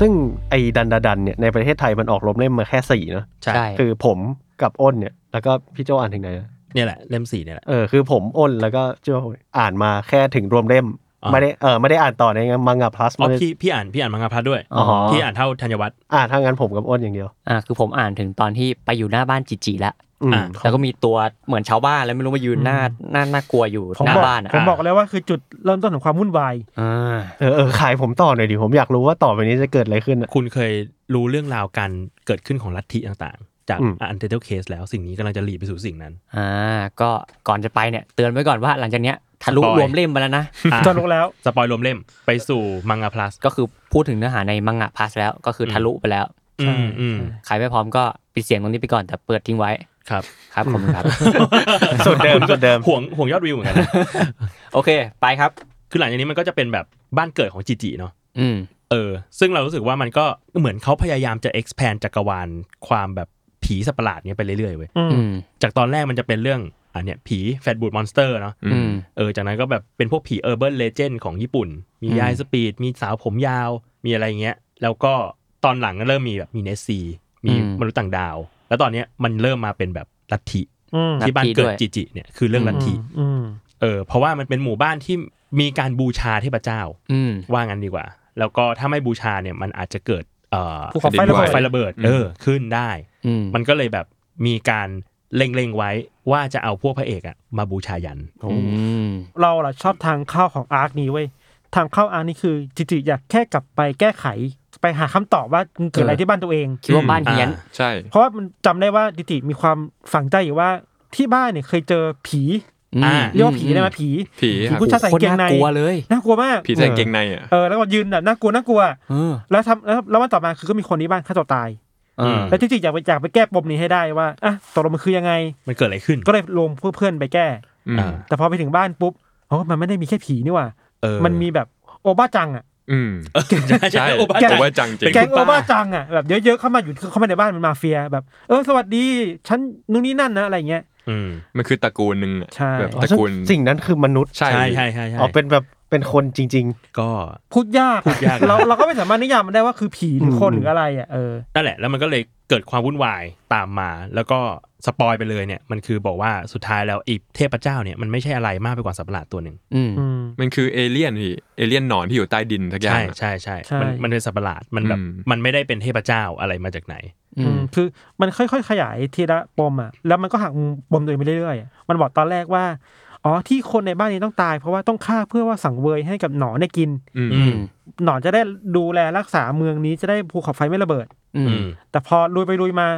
C: ซึ่งไอดันดาดันเนี่ยในประเทศไทยมันออกลมเล่มมาแค่สี่เนอะ
E: ใช่
B: ใช่
C: คือผมกับอ้นเนี่ย แล้วก็พี่โจอ่านถึงไหนนะ
E: เนี่ยแหละ เล่มสี่เนี่ยแหละ
C: เออคือผมอ้นแล้วก็โจอ่านมาแค่ถึงรวมเล่ม
E: อ่า
C: ไม่ได้เออไม่ได้อ่านต่อในมังงะพลัส
E: อ๋อพี่พี่อ่านพี่อ่านมังงะพลัดด้วย
C: อ๋อ
E: พี่อ่านเท่าธัญวัฒน์
C: อ่านทางงานผมกับอ้นอย่างเดียว
B: อ่าคือผมอ่านถึงตอนที่ไปอยู่หน้าบ้านจิจิแล้ว
C: อืม
E: อ่า
B: แล้วก็มีตัวเหมือนชาวบ้านแล้วไม่รู้มายืนหน้าหน้าหน้ากลัวอยู่
D: ผม
B: หน้า
D: บอก
B: บ้านอ่ะ
D: ผมบอกเลยว่าคือจุดเริ่มต้นของความวุ่นวาย
B: อ่า
C: เออเออขายผมต่อหน่อยดิผมอยากรู้ว่าต่อไปนี้จะเกิดอะไรขึ้นอะ
E: คุณเคยรู้เรื่องราวการเกิดขึ้นของลัทธิต่างๆ จาก
C: อืม
E: อันเทเทลเคสแล้วสิ่งนี้กำลังจะหลีดไปสู่สิ่งนั้น
B: อ่าก็ก่อนจะไปเนี่ยเตือนไว้ก่อนว่าหลังจากเนี้ยทะลุ
E: สปอย
B: รวมเล่มไปแล้วนะ
E: อ่ะ
D: จะรู้แล้ว
E: สปอยรวมเล่มไปสู่มังงะพลัส
B: ก็คือพูดถึงเนื้อหาในมังงะพาสแล้วก็คืออ
E: ม
B: ทะลุไปแล้ว
E: อืมอืม
B: ขายไม่พร้อมก็ปิดเสียงตรงนี้ไปก่อนแต่เปิดทิ้งไว้
E: ครับ
B: ครับผมครับ
C: สูตรเดิมสูตรเดิม
E: ห่วงห่วงยอดวิวเหมือ นกันนะ
B: โอเค ไปครับ
E: คือหลังจากนี้มันก็จะเป็นแบบบ้านเกิดของจีจีเนาะ
B: อืม
E: เออ ซึ่งเรารู้สึกว่ามันก็เหมือนเขาพยายามจะ expand จักรวาลความแบบผีสัตว์ประหลาดเนี้ยไปเรื่อยๆเว้ย
D: อืม
B: อืม
E: จากตอนแรกมันจะเป็นเรื่องอันเนี้ยผีแฟตบูดมอนสเตอร์เนาะ
B: อืม
E: เออ จากนั้นก็แบบเป็นพวกผีเออร์เบิร์นเลเจนด์ของญี่ปุ่น มียายสปีด มีสาวผมยาว มีอะไรเงี้ย แล้วก็ตอนหลังก็เริ่มมีแบบมีเนสซี มี
B: อืม
E: มนุษย์ต่างดาว แล้วตอนเนี้ยมันเริ่มมาเป็นแบบลัทธิ
D: อืม
B: ลัทธิ
E: ที่บ้านเกิ
B: ด้
E: ด
B: วย
E: จิจิเนี่ยคือเรื่องลัทธิ
D: อืม
E: เออ เพราะว่ามันเป็นหมู่บ้านที่มีการบูชาเทพเจ้า
B: อืม
E: ว่างั้นดีกว่า แล้วก็ถ้าไม่บูชาเนี่ยมันอาจจะเกิดเอ่อ
D: ภูเขาไฟระเบิด
E: ไฟระเบิด เออ ขึ้นได้
B: อืม
E: มันก็เลยแบบมีการเล็งๆไว้ว่าจะเอาพวกพระเอกอะมาบูชายัน
B: อืม
D: เราล่ะชอบทางเข้าของอาร์คนี้เว้ยทางเข้าอาร์คนี้คือจริงๆอยากแค่กลับไปแก้ไข ไปหาคำตอบว่ามันเกิดอะไร
B: เออ
D: ที่บ้านตัวเอง
B: คิดว่าบ้านเฮียน
E: อ่า
F: ใช่
D: เพราะว่ามันจำได้ว่าดิจิมีความฝังใจอยู่ว่าที่บ้านเนี่ยเคยเจอผี
E: อ่า
D: เรียกว่าผีได้ไหมผี
F: ผีครับ
D: ผู้ชายใส่
B: คน
D: เกงใน
B: น่ากลัวเลย
D: น่ากลัวมาก
F: ผีใส่กางเกงในอ่ะ
D: เออแล้วก็ยืนแบบน่ากลัวน่ากลัว
B: เออ
D: แล้วทำแล้วแล้ววันต่อมาคือก็มีคนที่บ้านฆ่าตัวตาย
B: อ่า
D: แล้วจริงๆอยากไปอยากไปแก้ปมนี้ให้ได้ว่าอ่ะตกลงมันคือยังไง
E: มันเกิดอะไรขึ้น
D: ก็เลยรวมเพื่อนๆไปแก้
F: อืม
E: อ่า
D: แต่พอไปถึงบ้านปุ๊บอ๋อมันไม่ได้มีแค่ผีนี่หว่า
E: เออ
D: มันมีแบบโอบ้าจังอ่ะ
F: อืม
E: ใช่
F: ใช่
E: ใช่โอบ้า
F: แก
E: จัง
F: ว่าจังจริง
D: แก๊ง
E: คุณ
D: โอ
E: ป้า
D: บ้าจังอ่ะแบบเยอะๆเข้ามาอยู่เข้ามาในบ้านเป็นมาเฟียแบบ เออสวัสดีฉันนู่นนี่นั่นนะอะไรเงี้ย
E: อืม
F: มันคือตระกูลหนึ่งอะ
D: ใช่
F: แบบ
C: อ๋อ
F: ตระกูล
C: สิ่งนั้นคือมนุษย์
F: ใช่
E: ใช่ใช่ใช่ใช่
C: อ๋อเป็นแบบเป็นคนจริง
E: ก็
D: พูดยาก
E: พูดยาก
D: เราเราก็ไม่สามารถนิยามมันได้ว่าคือผีหรือคนหรืออะไรอ่ะเออ
E: นั่นแหละ แล้วมันก็เลยเกิดความวุ่นวายตามมา แล้วก็สปอยไปเลยเนี่ย มันคือบอกว่าสุดท้ายแล้วไอีเทพเจ้าเนี่ยมันไม่ใช่อะไรมากไปกว่าสัตว์ประหลาดตัวหนึ่ง
B: อืม
D: อืม
F: มันคือเอเลี่ยนพี่เอเลี่ยนหนอนที่อยู่ใต้ดินทักอย่าง
E: ใช่
F: อะ
E: ใช่ใช่
D: ใช่
E: มันมันเป็นสัตว์ประหลาดมันแบบ
F: อืม
E: มันไม่ได้เป็นเทพเจ้าอะไรมาจากไหน
B: อื
D: อื
B: ม
D: มคือมันค่อยๆ ขยายทีละปมอ่ะแล้วมันก็หักมุมปมตัวเองไปเรื่อยๆอะมันบอกตอนแรกว่าอ๋อที่คนในบ้านนี้ต้องตาย เพราะว่าต้องฆ่าเพื่อว่าสังเวยให้กับหนอนได้กิน
F: อืม
E: อืม
D: หนอนจะได้ดูแลรักษาเมืองนี้จะได้ภูเขาไฟไม่ระเบิด
B: อื
E: อื
B: ม
E: ม
D: แต่พอลุยไปลุยมา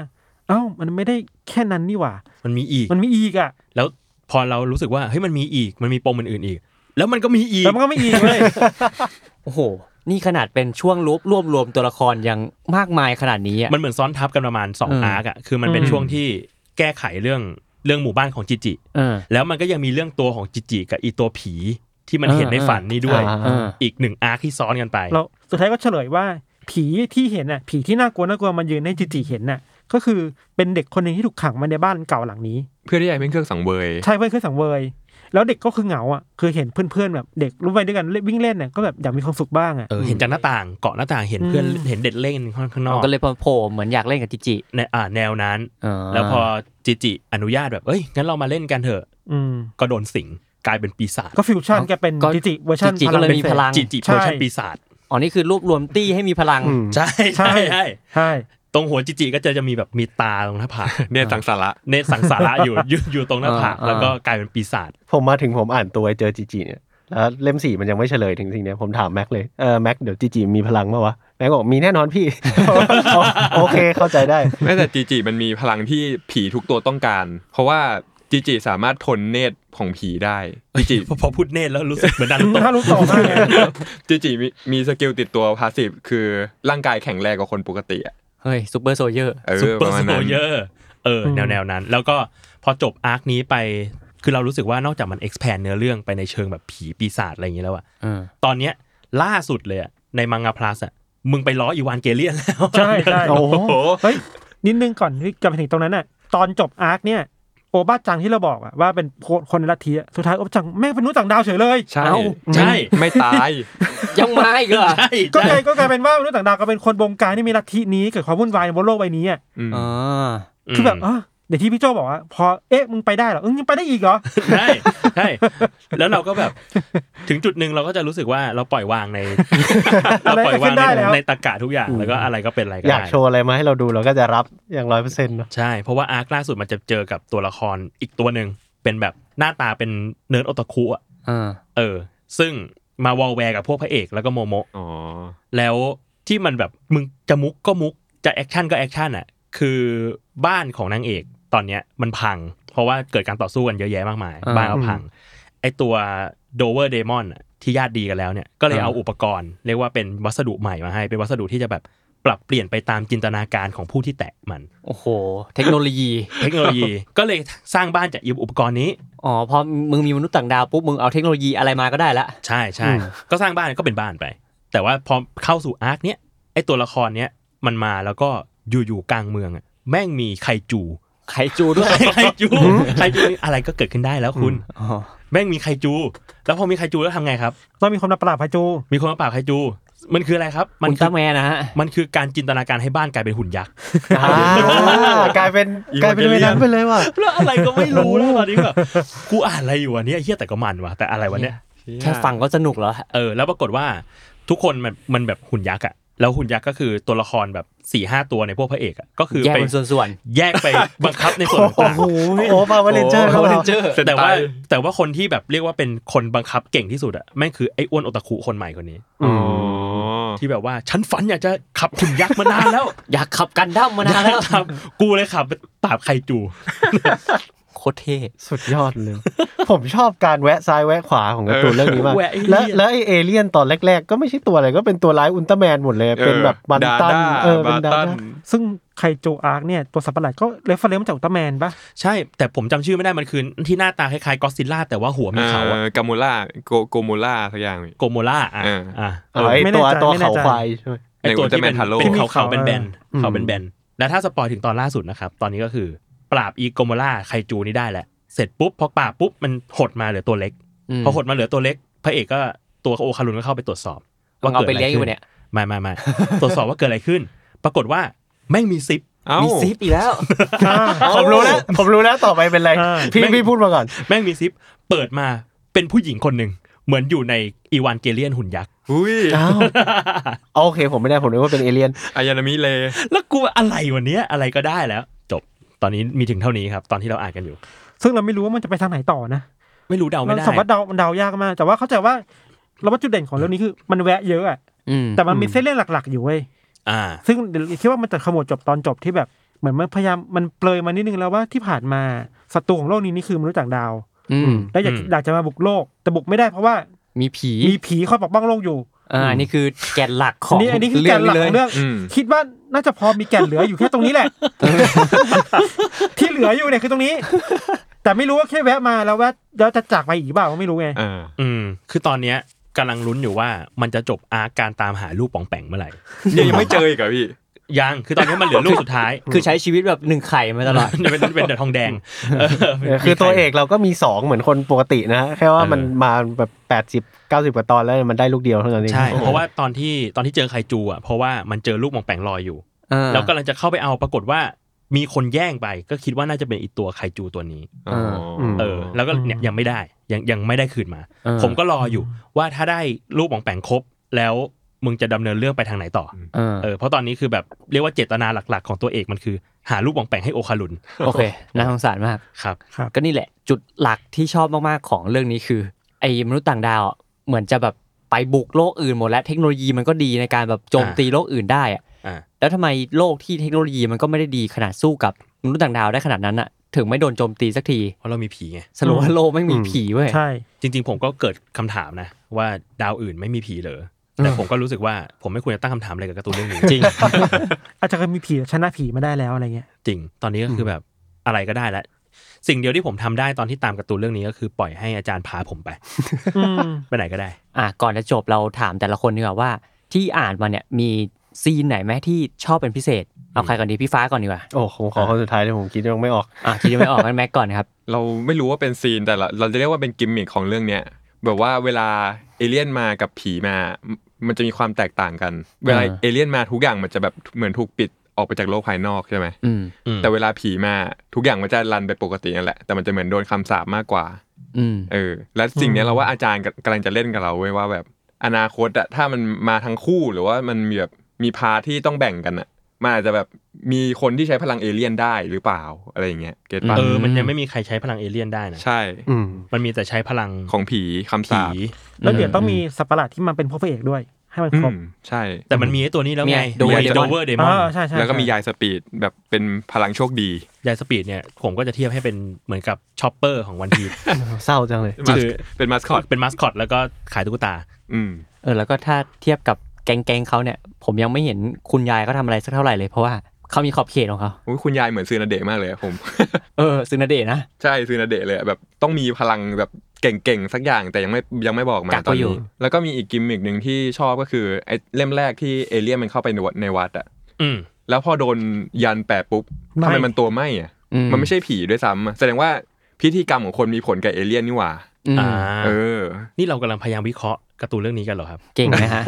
D: เอ้ามันไม่ได้แค่นั้นนี่หว่า
E: มันมีอีก
D: มันมีอีกอ่ะ
E: แล้วพอเรารู้สึกว่าเฮ้ยมันมีอีกมันมีปมอื่นๆอีก แล้วมันก็มีอีก
D: แล้วมันก็ไม่อีกเลย
B: โอ้โห นี่ขนาดเป็นช่วงรวบรวมรวมตัวละครยังมากมายขนาดนี้อ่ะ
E: มันเหมือนซ้อนทับกันประมาณ
B: อืม
E: 2 อาร์กอะคือมันเป็น
D: อืม
E: ช่วงที่แก้ไขเรื่องเรื่องหมู่บ้านของจิจิ
B: เออ
E: แล้วมันก็ยังมีเรื่องตัวของจิจิกับอีตัวผีที่มันเห็นในฝันนี้ด้วย
C: อ่า
B: อ่า
E: อีกหนึ่งอาร์คที่ซ้อนกันไป
D: เราสุดท้ายก็เฉลยว่า ผีที่เห็นน่ะ ผีที่น่ากลัวน่ากลัวมันยืนให้จิจิเห็นน่ะ ก็คือเป็นเด็กคนหนึ่งที่ถูกขังมาในบ้านเก่าหลังนี้
F: เพื่อที่จะเป็นเครื่องสังเวย
D: ใช่เพื่อนเคยสังเวย แล้วเด็กก็คือเหงาอ่ะคือเห็นเพื่อนๆแบบเด็กรุ่นวัยด้วยกันเล่นวิ่งเล่นเนี่ยก็แบบอยากมีความสุขบ้างอ่ะ
E: เออเห็นจากหน้าต่างเกาะหน้าต่างเห็นเพื่อน
D: อืม
E: เห็นเด็ดเล่นข้างข้างนอก
B: ก็เลยพอโผล่เหมือนอยากเล่นกับจิจิ
E: ในอ่าแนวนั้น
B: เ
E: แล้วพอจิจิอนุญาตแบบเอ้ยงั้นเรามาเล่นกันเถอะ
D: อืม
E: ก็โดนสิงกลายเป็นปีศาจ
D: ก็ฟิวชั่นแกเป็น
B: ก็
D: จิจิเวอร์ชัน
B: จิจิก็เลยมีพลัง
E: จิจิเวอร์ชันปีศาจ
B: อ๋อนี่คือรวบรวมตี้ให้มีพลัง
C: อืม
E: ใช่
D: ใช่
E: ใช่ใช่
D: ใช่
E: ตรงหัวจิจิก็จะจะมีแบบมีตาตรงหน้าผาก
F: เนี่ยสังสาระ
E: เนตรสังสาระอยู่อยู่อยู่ตรงหน้าผาก
B: อ่า
E: แล้วก็กลายเป็นปีศาจ
C: ผมมาถึงผมอ่านตัวเจอจีจีเนี่ยแล้วเล่มสี่มันยังไม่เฉลยถึงสิ่งเนี้ยผมถามแม็กเลยเออแม็กเดี๋ยวจีจีมีพลังปะวะแม็กบอกมีแน่นอนพี่ โอเคเข้าใจได้
F: แม้แต่จีจีมันมีพลังที่ผีทุกตัวต้องการ เพราะว่าจีจีสามารถทนเนตรของผีได้จี จี
E: พอพอพูดเนตรแล้วรู้สึกเหมือนดันตก
D: ถ้ารู้ต่อมากเลย
F: จีจีมีมีสกิลติดตัวพาสซีฟคือร่างกายแข็งแรงกว่าคนปกติอะ
B: เฮ้ยซูเปอร์โซเยอร์
F: เอ
E: ซู
F: อป
E: เปอร์
F: ระมาณ
E: โซ
F: นั้น
E: เยอร์เออแนวแนวนั้น แล้วก็พอจบอาร์คนี้ไปคือเรารู้สึกว่านอกจากมัน expand เนื้อเรื่องไปในเชิงแบบผีปีศาจอะไรอย่างนี้แล้วอะ ตอนเนี้ยล่าสุดเลยอะในมังงะพลัสอ่ะมึงไปล้ออีวานเกเลียนแล้ว
D: ใช่ใช่
C: โอ้โห
D: เฮ้ยนิดนึงก่อนที่จะไปถึงตรงนั้นน่ะ ตอนจบอาร์คเนี่ยโอบ้าจังที่เราบอกอ่ะว่าเป็นคนในลัทธิอะสุดท้ายโอบ้าจังแม่งเป็นมนุษย์ต่างดาวเฉยเลย
F: ใช่
B: เอ้า
E: ใช่
F: ไม่ ตาย
B: ยังมาอีกเหรอ
E: ใช่
D: ก็เลยก็กลายเป็นว่ามนุษย์ต่างดาวก็เป็นคนบงการที่มีลัทธินี้เกิดความวุ่นวายบนโลกใบนี้อ่ะ
F: อืม
B: อ๋อ
E: ม
D: คือแบบเออเดี๋ยวที่พี่โจบอกว่าพอเอ๊ะมึงไปได้เหรอเอ้ยยังไปได้อีกเหรอ
E: ใช่ใช่แล้วเราก็แบบ ถึงจุดหนึ่งเราก็จะรู้สึกว่าเราปล่อยวางใน เราปล่อย
D: อะไรก็
E: วาง
D: ขึ้นได้
E: ใน
D: แล้ว
E: ในตะกะทุกอย่างแล้วก็อะไรก็เป็นอะไรก็
C: อยาก
E: ได้
C: โชว์อะไรมาให้เราดูเราก็จะรับอย่างร้อยเปอร์เซ็นต์เนาะ
E: ใช่ เพราะว่าอาร์คล่าสุดมันจะเจอกับตัวละครอีกตัวหนึ่งเป็นแบบหน้าตาเป็นเนิร์ดโอตาคุอ่ะ
B: อ่า
E: เออ ซึ่งมาวอลแวร์กับพวกพระเอกแล้วก็โมโมะ
F: อ๋อ
E: แล้วที่มันแบบมึงจะมุกก็มุกจะแอคชั่นก็แอคชั่นอ่ะคือบ้านของนางเอกตอนเนี้ยมันพัง เพราะว่าเกิดการต่อสู้กันเยอะแยะมากมาย บ้านก็พัง ไอตัวโดเวอร์เดมอนที่ญาติดีกันแล้วเนี่ยก็เลยเอาอุปกรณ์ เรียกว่าเป็นวัสดุใหม่มาให้ เป็นวัสดุที่จะแบบปรับเปลี่ยนไปตามจินตนาการของผู้ที่แตะมัน
B: โอ้โห เทคโนโลยี
E: เทคโนโลยี ก็เลยสร้างบ้านจากอุปกรณ์นี้
B: อ๋อพอมึงมีมนุษย์ต่างดาวปุ๊บมึงเอาเทคโนโลยีอะไรมาก็ได้ละ
E: ใช่ใช่ก็สร้างบ้านก็เป็นบ้านไป แต่ว่าพอเข้าสู่อาร์คเนี้ยไอตัวละครเนี้ยมันมาแล้วก็อยู่ๆกลางเมืองอะแม่งมีไคจู
B: ไคจูด้วย
E: ไค จูไคจูอะไรก็เกิดขึ้นได้แล้วคุณ
B: อ๋อ
E: แม่งมีไคจู แล้วพอมีไคจูแล้วทำไงครับ
D: ต้องมีคนมาปราบพาจู
E: มีคนมาปราบไคจู มันคืออะไรครับ มั
B: อุล
E: คื
B: ตร้าแมนนะฮะ
E: มันคือการจินตนาการให้บ้านกลายเป็นหุ่นยักษ์
C: อ่ากลายเป็นกลายเป็นเวลานั้นไปเลยว่ะ
E: แล้วอะไรก็ไม่รู้แล้วตอนนี้แบบกูอ่านอะไรอยู่วะเนี่ยเฮียแต่ก็มันวะแต่อะไรวะเนี่ย
B: แค่ฟังก็สนุกแล้ว
E: เออแล้วปรากฏว่าทุกคนมันมันแบบหุ่นยักษ์อะแล้วหุ่นยักษ์ก็คือตัวละครแบบ4ี่ห้าตัวในพวกพระเอกอะก็คือ
B: แยก
E: ไป
B: เป็นส่วน
E: แยก ไป บังคับในส่วนต่าง
C: โอ้โหโอ้ปาวเลนเจอร์เขา
B: ๆเจอ
E: ๆแต่ว่าแต่ว่าคนที่แบบเรียกว่าเป็นคนบังคับเก่งที่สุดอะแม่งคือไอ้อ้วนโอตาคุคนใหม่คนนี้
F: อ๋อ
E: ที่แบบว่าฉันฝันอยากจะขับหุ่นยักษ์มานานแล้ว
B: อยากขับกันดั้มมานานแล้ว
E: ครับ กูเลยขับไปปราบไคจู
B: โคตรเท่
C: สุดยอดเลย ผมชอบการแวะซ้ายแวะขวาของการ์ตูนเรื่องนี้มาก
E: แวะไอ้เหี้ย
C: แล้วแล้วไอเอเลี่ยนตอนแรก ๆ ก็ไม่ใช่ตัวอะไรก็เป็นตัวร้ายอุลตร้าแมนหมดเลย เป็นแบบบัน
F: ดา
C: ตัน
F: ด้า
C: เออเป็น
F: บา
C: ดา
F: ตัน
C: ด้า
D: ซึ่งไคจูอาร์คเนี่ยตัวสัตว์ประหลาดก็เรฟเฟอร์เรนซ์มาจากอุลตร้าแมนปะ
E: ใช่ แต่ผมจำชื่อไม่ได้มันคือที่หน้าตาคล้ายๆก็อดซิลล่าแต่ว่าหัวมีเขา
F: เอ่
E: อะ
F: อกามูล่าโกโกมูล่าสักอย่าง
E: โกโมล่าอ่ะ
F: เอออ่
E: อ่ะ
C: เออไอ
D: ไม่แน่
C: ตัว
D: ใจ
C: ตัว
D: ไม่แน่
C: เขา
D: ใจ
C: ควายใช่ไหม
E: ไอตัวที่เป็น
F: ใน Ultraman Halo
E: เป็นเขาเขาเป็นแบน
C: อืม
E: เขาเป็นแบนแล้วถ้าสปอยถึงตอนล่าสุดนะครับ ตอนนี้ก็คือ ปราบอีโกโมล่าไคจูนี่ได้แหละเสร็จปุ๊บพอปราบปุ๊บมันหดมาเหลือตัวเล็ก
B: ม
E: พอหดมาเหลือตัวเล็ก พระเอกก็ตัวโอคารุนก็เข้าไปตรวจสอบ
B: มึงเอาไปเลี้ยงอยู่
E: น
B: เนี่ย
E: ไม่ไม่ไม่ ตรวจสอบว่าเกิดอะไรขึ้น ปรากฏว่าแม่งมีซิป
F: เอ้า
B: มีซิปอีกแล้ว
C: ผมรู้แล้วผมรู้แล้วต่อไปเป็นไร
D: อ่า
C: พี่
E: ไม่
C: พี่พูดมาก่อน
E: แม่งมีซิป เปิดมาเป็นผู้หญิงคนหนึ่งเหมือนอยู่ในอีวานเกเลียนหุ่นยักษ์
F: อุ้ย
C: อ้าวโอเค ผมไม่ได้ผมนึกว่าเป็นเอเลี่ยน
F: อายานามิเล
E: แล้วกูว่าอะไรวันเนี้ยอะไรก็ได้แล้ว จบตอนนี้มีถึงเท่านี้ครับ ตอนที่เราอ่านกันอยู่
D: ซึ่งเราไม่รู้ว่ามันจะไปทางไหนต่อนะ
E: ไม่รู้เดาไม่
D: เรา
E: ได้
D: สามารถเดามันเดายากมาก แต่ว่าเข้าใจว่าเราว่าจุดเด่นของเรื่องนี้คือมันแวะเยอะอะ
B: อืม
D: แต่มันมีเส้นเรื่องหลัก ๆ อยู่เว้ย
E: อ่า
D: ซึ่งเดี๋ยวคิดว่ามันจะขมวดจบตอนจบที่แบบเหมือนมันพยายามมันเปลยมานิดนึงแล้วว่าที่ผ่านมาศัตรูของโลกนี้นี่คือมนุษย์ต่างดาว
B: อืม
D: แล้วอยาก
E: อืม
D: อยากจะมาบุกโลก แต่บุกไม่ได้เพราะว่า
B: มีผี
D: มีผีคอยปกป้องโลกอยู่
B: อ่าอันนี้คือแกนหลักของ
D: นี่อันนี้คือแกนหลักของเรื่อง
F: อืม
D: คิดว่าน่าจะพอมีแกนเหลืออยู่แค่ตรงนี้แหละ ที่เหลืออยู่เนี่ยคือตรงนี้ แต่ไม่รู้ว่าแค่แวะมาแล้วแวะแล้วจะจากไปอีกหรือเปล่าก็ไม่รู้ไง
F: อ่า
E: อืมคือตอนเนี้ยกำลังลุ้นอยู่ว่ามันจะจบอาร์คการตามหาลูกปองแปงเมื่อไหร่
F: เนี่ยยังไม่เจออีกเหรอพี่
E: ยังคือตอนนี้มันเหลือลูกสุดท้าย
B: คือใช้ชีวิตแบบหนึ่งไข่มาตลอด
E: เป็นเป็นเป็นแต่ทองแดงเออ
C: เออคือตัวเอกเราก็มีสองเหมือนคนปกตินะ แค่ว่ามันมาแบบแปดสิบเก้าสิบกว่าตอนแล้วมันได้ลูกเดียวเท่านั้นเอง
E: ใช่ เพราะว่าตอนที่ตอนที่เจอไคจูอ่ะเพราะว่ามันเจอลูกปองแปงลอยอยู่
B: อ่า
E: แล้วกำลังจะเข้าไปเอาปรากฏว่ามีคนแย่งไป ก็คิดว่าน่าจะเป็นไอีตัวไคจูตัวนี้
F: อ๋ออ
E: เออ แล้วก็เนี่ยยังไม่ได้ยังยังไม่ได้คืนมา
B: เออ
E: ผมก็รออยู่ว่าถ้าได้ลูกปองแปงครบ แล้วมึงจะดำเนินเรื่องไปทางไหนต่ออ
B: เออ
E: เออเพราะตอนนี้คือแบบเรียกว่าเจตนาหลักๆ ของตัวเอกมันคือ หาลูกปองแปงให้โอคารุน
B: โอเคน่าสงสารมาก
E: ครับ
B: ก็นี่แหละจุดหลักที่ชอบมาก ๆ ของเรื่องนี้คือ ไอ้มนุษย์ต่างดาวอะเหมือนจะแบบไปบุกโลกอื่นหมดแล้วเทคโนโลยีมันก็ดีในการแบบโจมตีโลกอื่นได้อะ
E: อ่า
B: แล้วทำไมโลกที่เทคโนโลยีมันก็ไม่ได้ดีขนาดสู้กับมนุษย์ต่างดาวได้ขนาดนั้นอะถึงไม่โดนโจมตีสักที
E: เพราะเรามีผีไง
B: สรุปว่าโลกไม่มีผีเว้ย
D: ใช่
E: จริงๆ ผมก็เกิดคำถามนะ ว่าดาวอื่นไม่มีผีเหรอแต่ผมก็รู้สึกว่าผมไม่ควรจะตั้งคำถามอะไรกับการ์ตูนเรื่องนี้ จริง
D: อาจจะเคยมีผีชนะผีมาได้แล้วอะไรเงี้ย
E: จริง ตอนนี้ก็คือแบบอะไรก็ได้แล้วสิ่งเดียวที่ผมทำได้ตอนที่ตามการ์ตูนเรื่องนี้ก็คือปล่อยให้อาจารย์พาผมไป
D: อืม
E: ไปไหนก็ได้
B: อ่ะก่อนจะจบเราถามแต่ละคนดีกว่าว่า ที่อ่านมาเนี่ยมีซีนไหนไหมที่ชอบเป็นพิเศษ เอาใครก่อนดีพี่ฟ้าก่อนดีกว่า
C: โอ้ผมขอคนสุดท้ายเลยผมคิดยังไม่ออก
B: อ่ะคิดยังไม่ออกกันแม็กก่อนครับ
F: เราไม่รู้ว่าเป็นซีนแต่ละเราจะเรียกว่าเป็นกิมมิคของเรื่องเนี้ยแบบว่าเวลาเอเลี่ยนมากับผีมา มันจะมีความแตกต่างกัน เวลา
B: อ่า
F: เอเลี่ยนมาทุกอย่างมันจะแบบเหมือนถูกปิดออกไปจากโลกภายนอกใช่ไหม
B: อืม
E: อืม
F: แต่เวลาผีมาทุกอย่างมันจะรันไปปกตินั่นแหละแต่มันจะเหมือนโดนคำสาปมากกว่า
B: อืม
F: เออและสิ่งเนี้ยเราว่าอาจารย์กำลังจะเล่นกับเราเว้ยว่าแบบอนาคตอะถ้ามันมาทั้งคู่หรือว่ามันมีแบบมีพาร์ทที่ต้องแบ่งกันอะมันอาจจะแบบมีคนที่ใช้พลังเอเลี่ยนได้หรือเปล่าอะไรอย่างเงี้ยเก็ตปะ
E: เออมันยังไม่มีใครใช้พลังเอเลี่ยนได้นะ
F: ใช่
C: อืม
E: มันมีแต่ใช้พลัง
F: ของผีคำ
E: ผี
F: สาป
D: แล้วเดี๋ยวต้องมีสัตว์ประหลาดที่มาเป็นพวกพระเอกด้วย ให้มัน
F: อื
D: ครบ
F: มใช่
E: แต่มันมีไอ้ตัวนี้แล้ว
B: เนี่
E: ไง
B: ย Dover
E: โดเวอร์เดมอน
D: อ่าใช่ใช่
F: แล้วก็มี
D: ใช่
F: ยายสปีดแบบเป็นพลังโชคดี
E: ยายสปีดเนี่ยผมก็จะเทียบให้เป็นเหมือนกับชอปเปอร์ของวันพี
C: เศร้าจังเลย
F: Mask
E: คือ
F: เป็นมาสคอต
E: เป็นมาสคอตแล้วก็ขายตุ๊กตา
F: อืม
B: เออแล้วก็ถ้าเทียบกับแก๊งแก๊งๆเขาเนี่ย ผมยังไม่เห็นคุณยายเขาทำอะไรสักเท่าไหร่เลยเพราะว่าเขามีขอบเขตของเขา
F: อุ๊ยคุณยายเหมือนซื้อนาเดะมากเลยอะผม
B: เออซึนาเดะนะ
F: ใช่ซื้อนาเดะเลยอะแบบต้องมีพลังแบบเก่งๆ สักอย่างแต่ยังไม่ยังไม่บอกมา
B: กักไว้
F: ตอน
B: อยู่
F: นี้แล้วก็มีอีกกิมมิกหนึ่งที่ชอบก็คือไอ้เล่มแรกที่เอเลี่ยนมันเข้าไปในวัดในวัดอะ
E: อืม
F: แล้วพอโดนยันแปะปุ๊บทำไมมันตัวไหมอะ
B: อื
F: มันไม่ใช่ผีด้วยซ้ำอะแสดงว่าพิธีกรรมของคนมีผลกับเอเลี่ยนนี่หว่า
B: อืม
E: อ่า
F: เออ
E: นี่เรากำลังพยายามวิเคราะห์การ์ตูนเรื่องนี้กันเหรอครับ
B: เก่งนะฮะ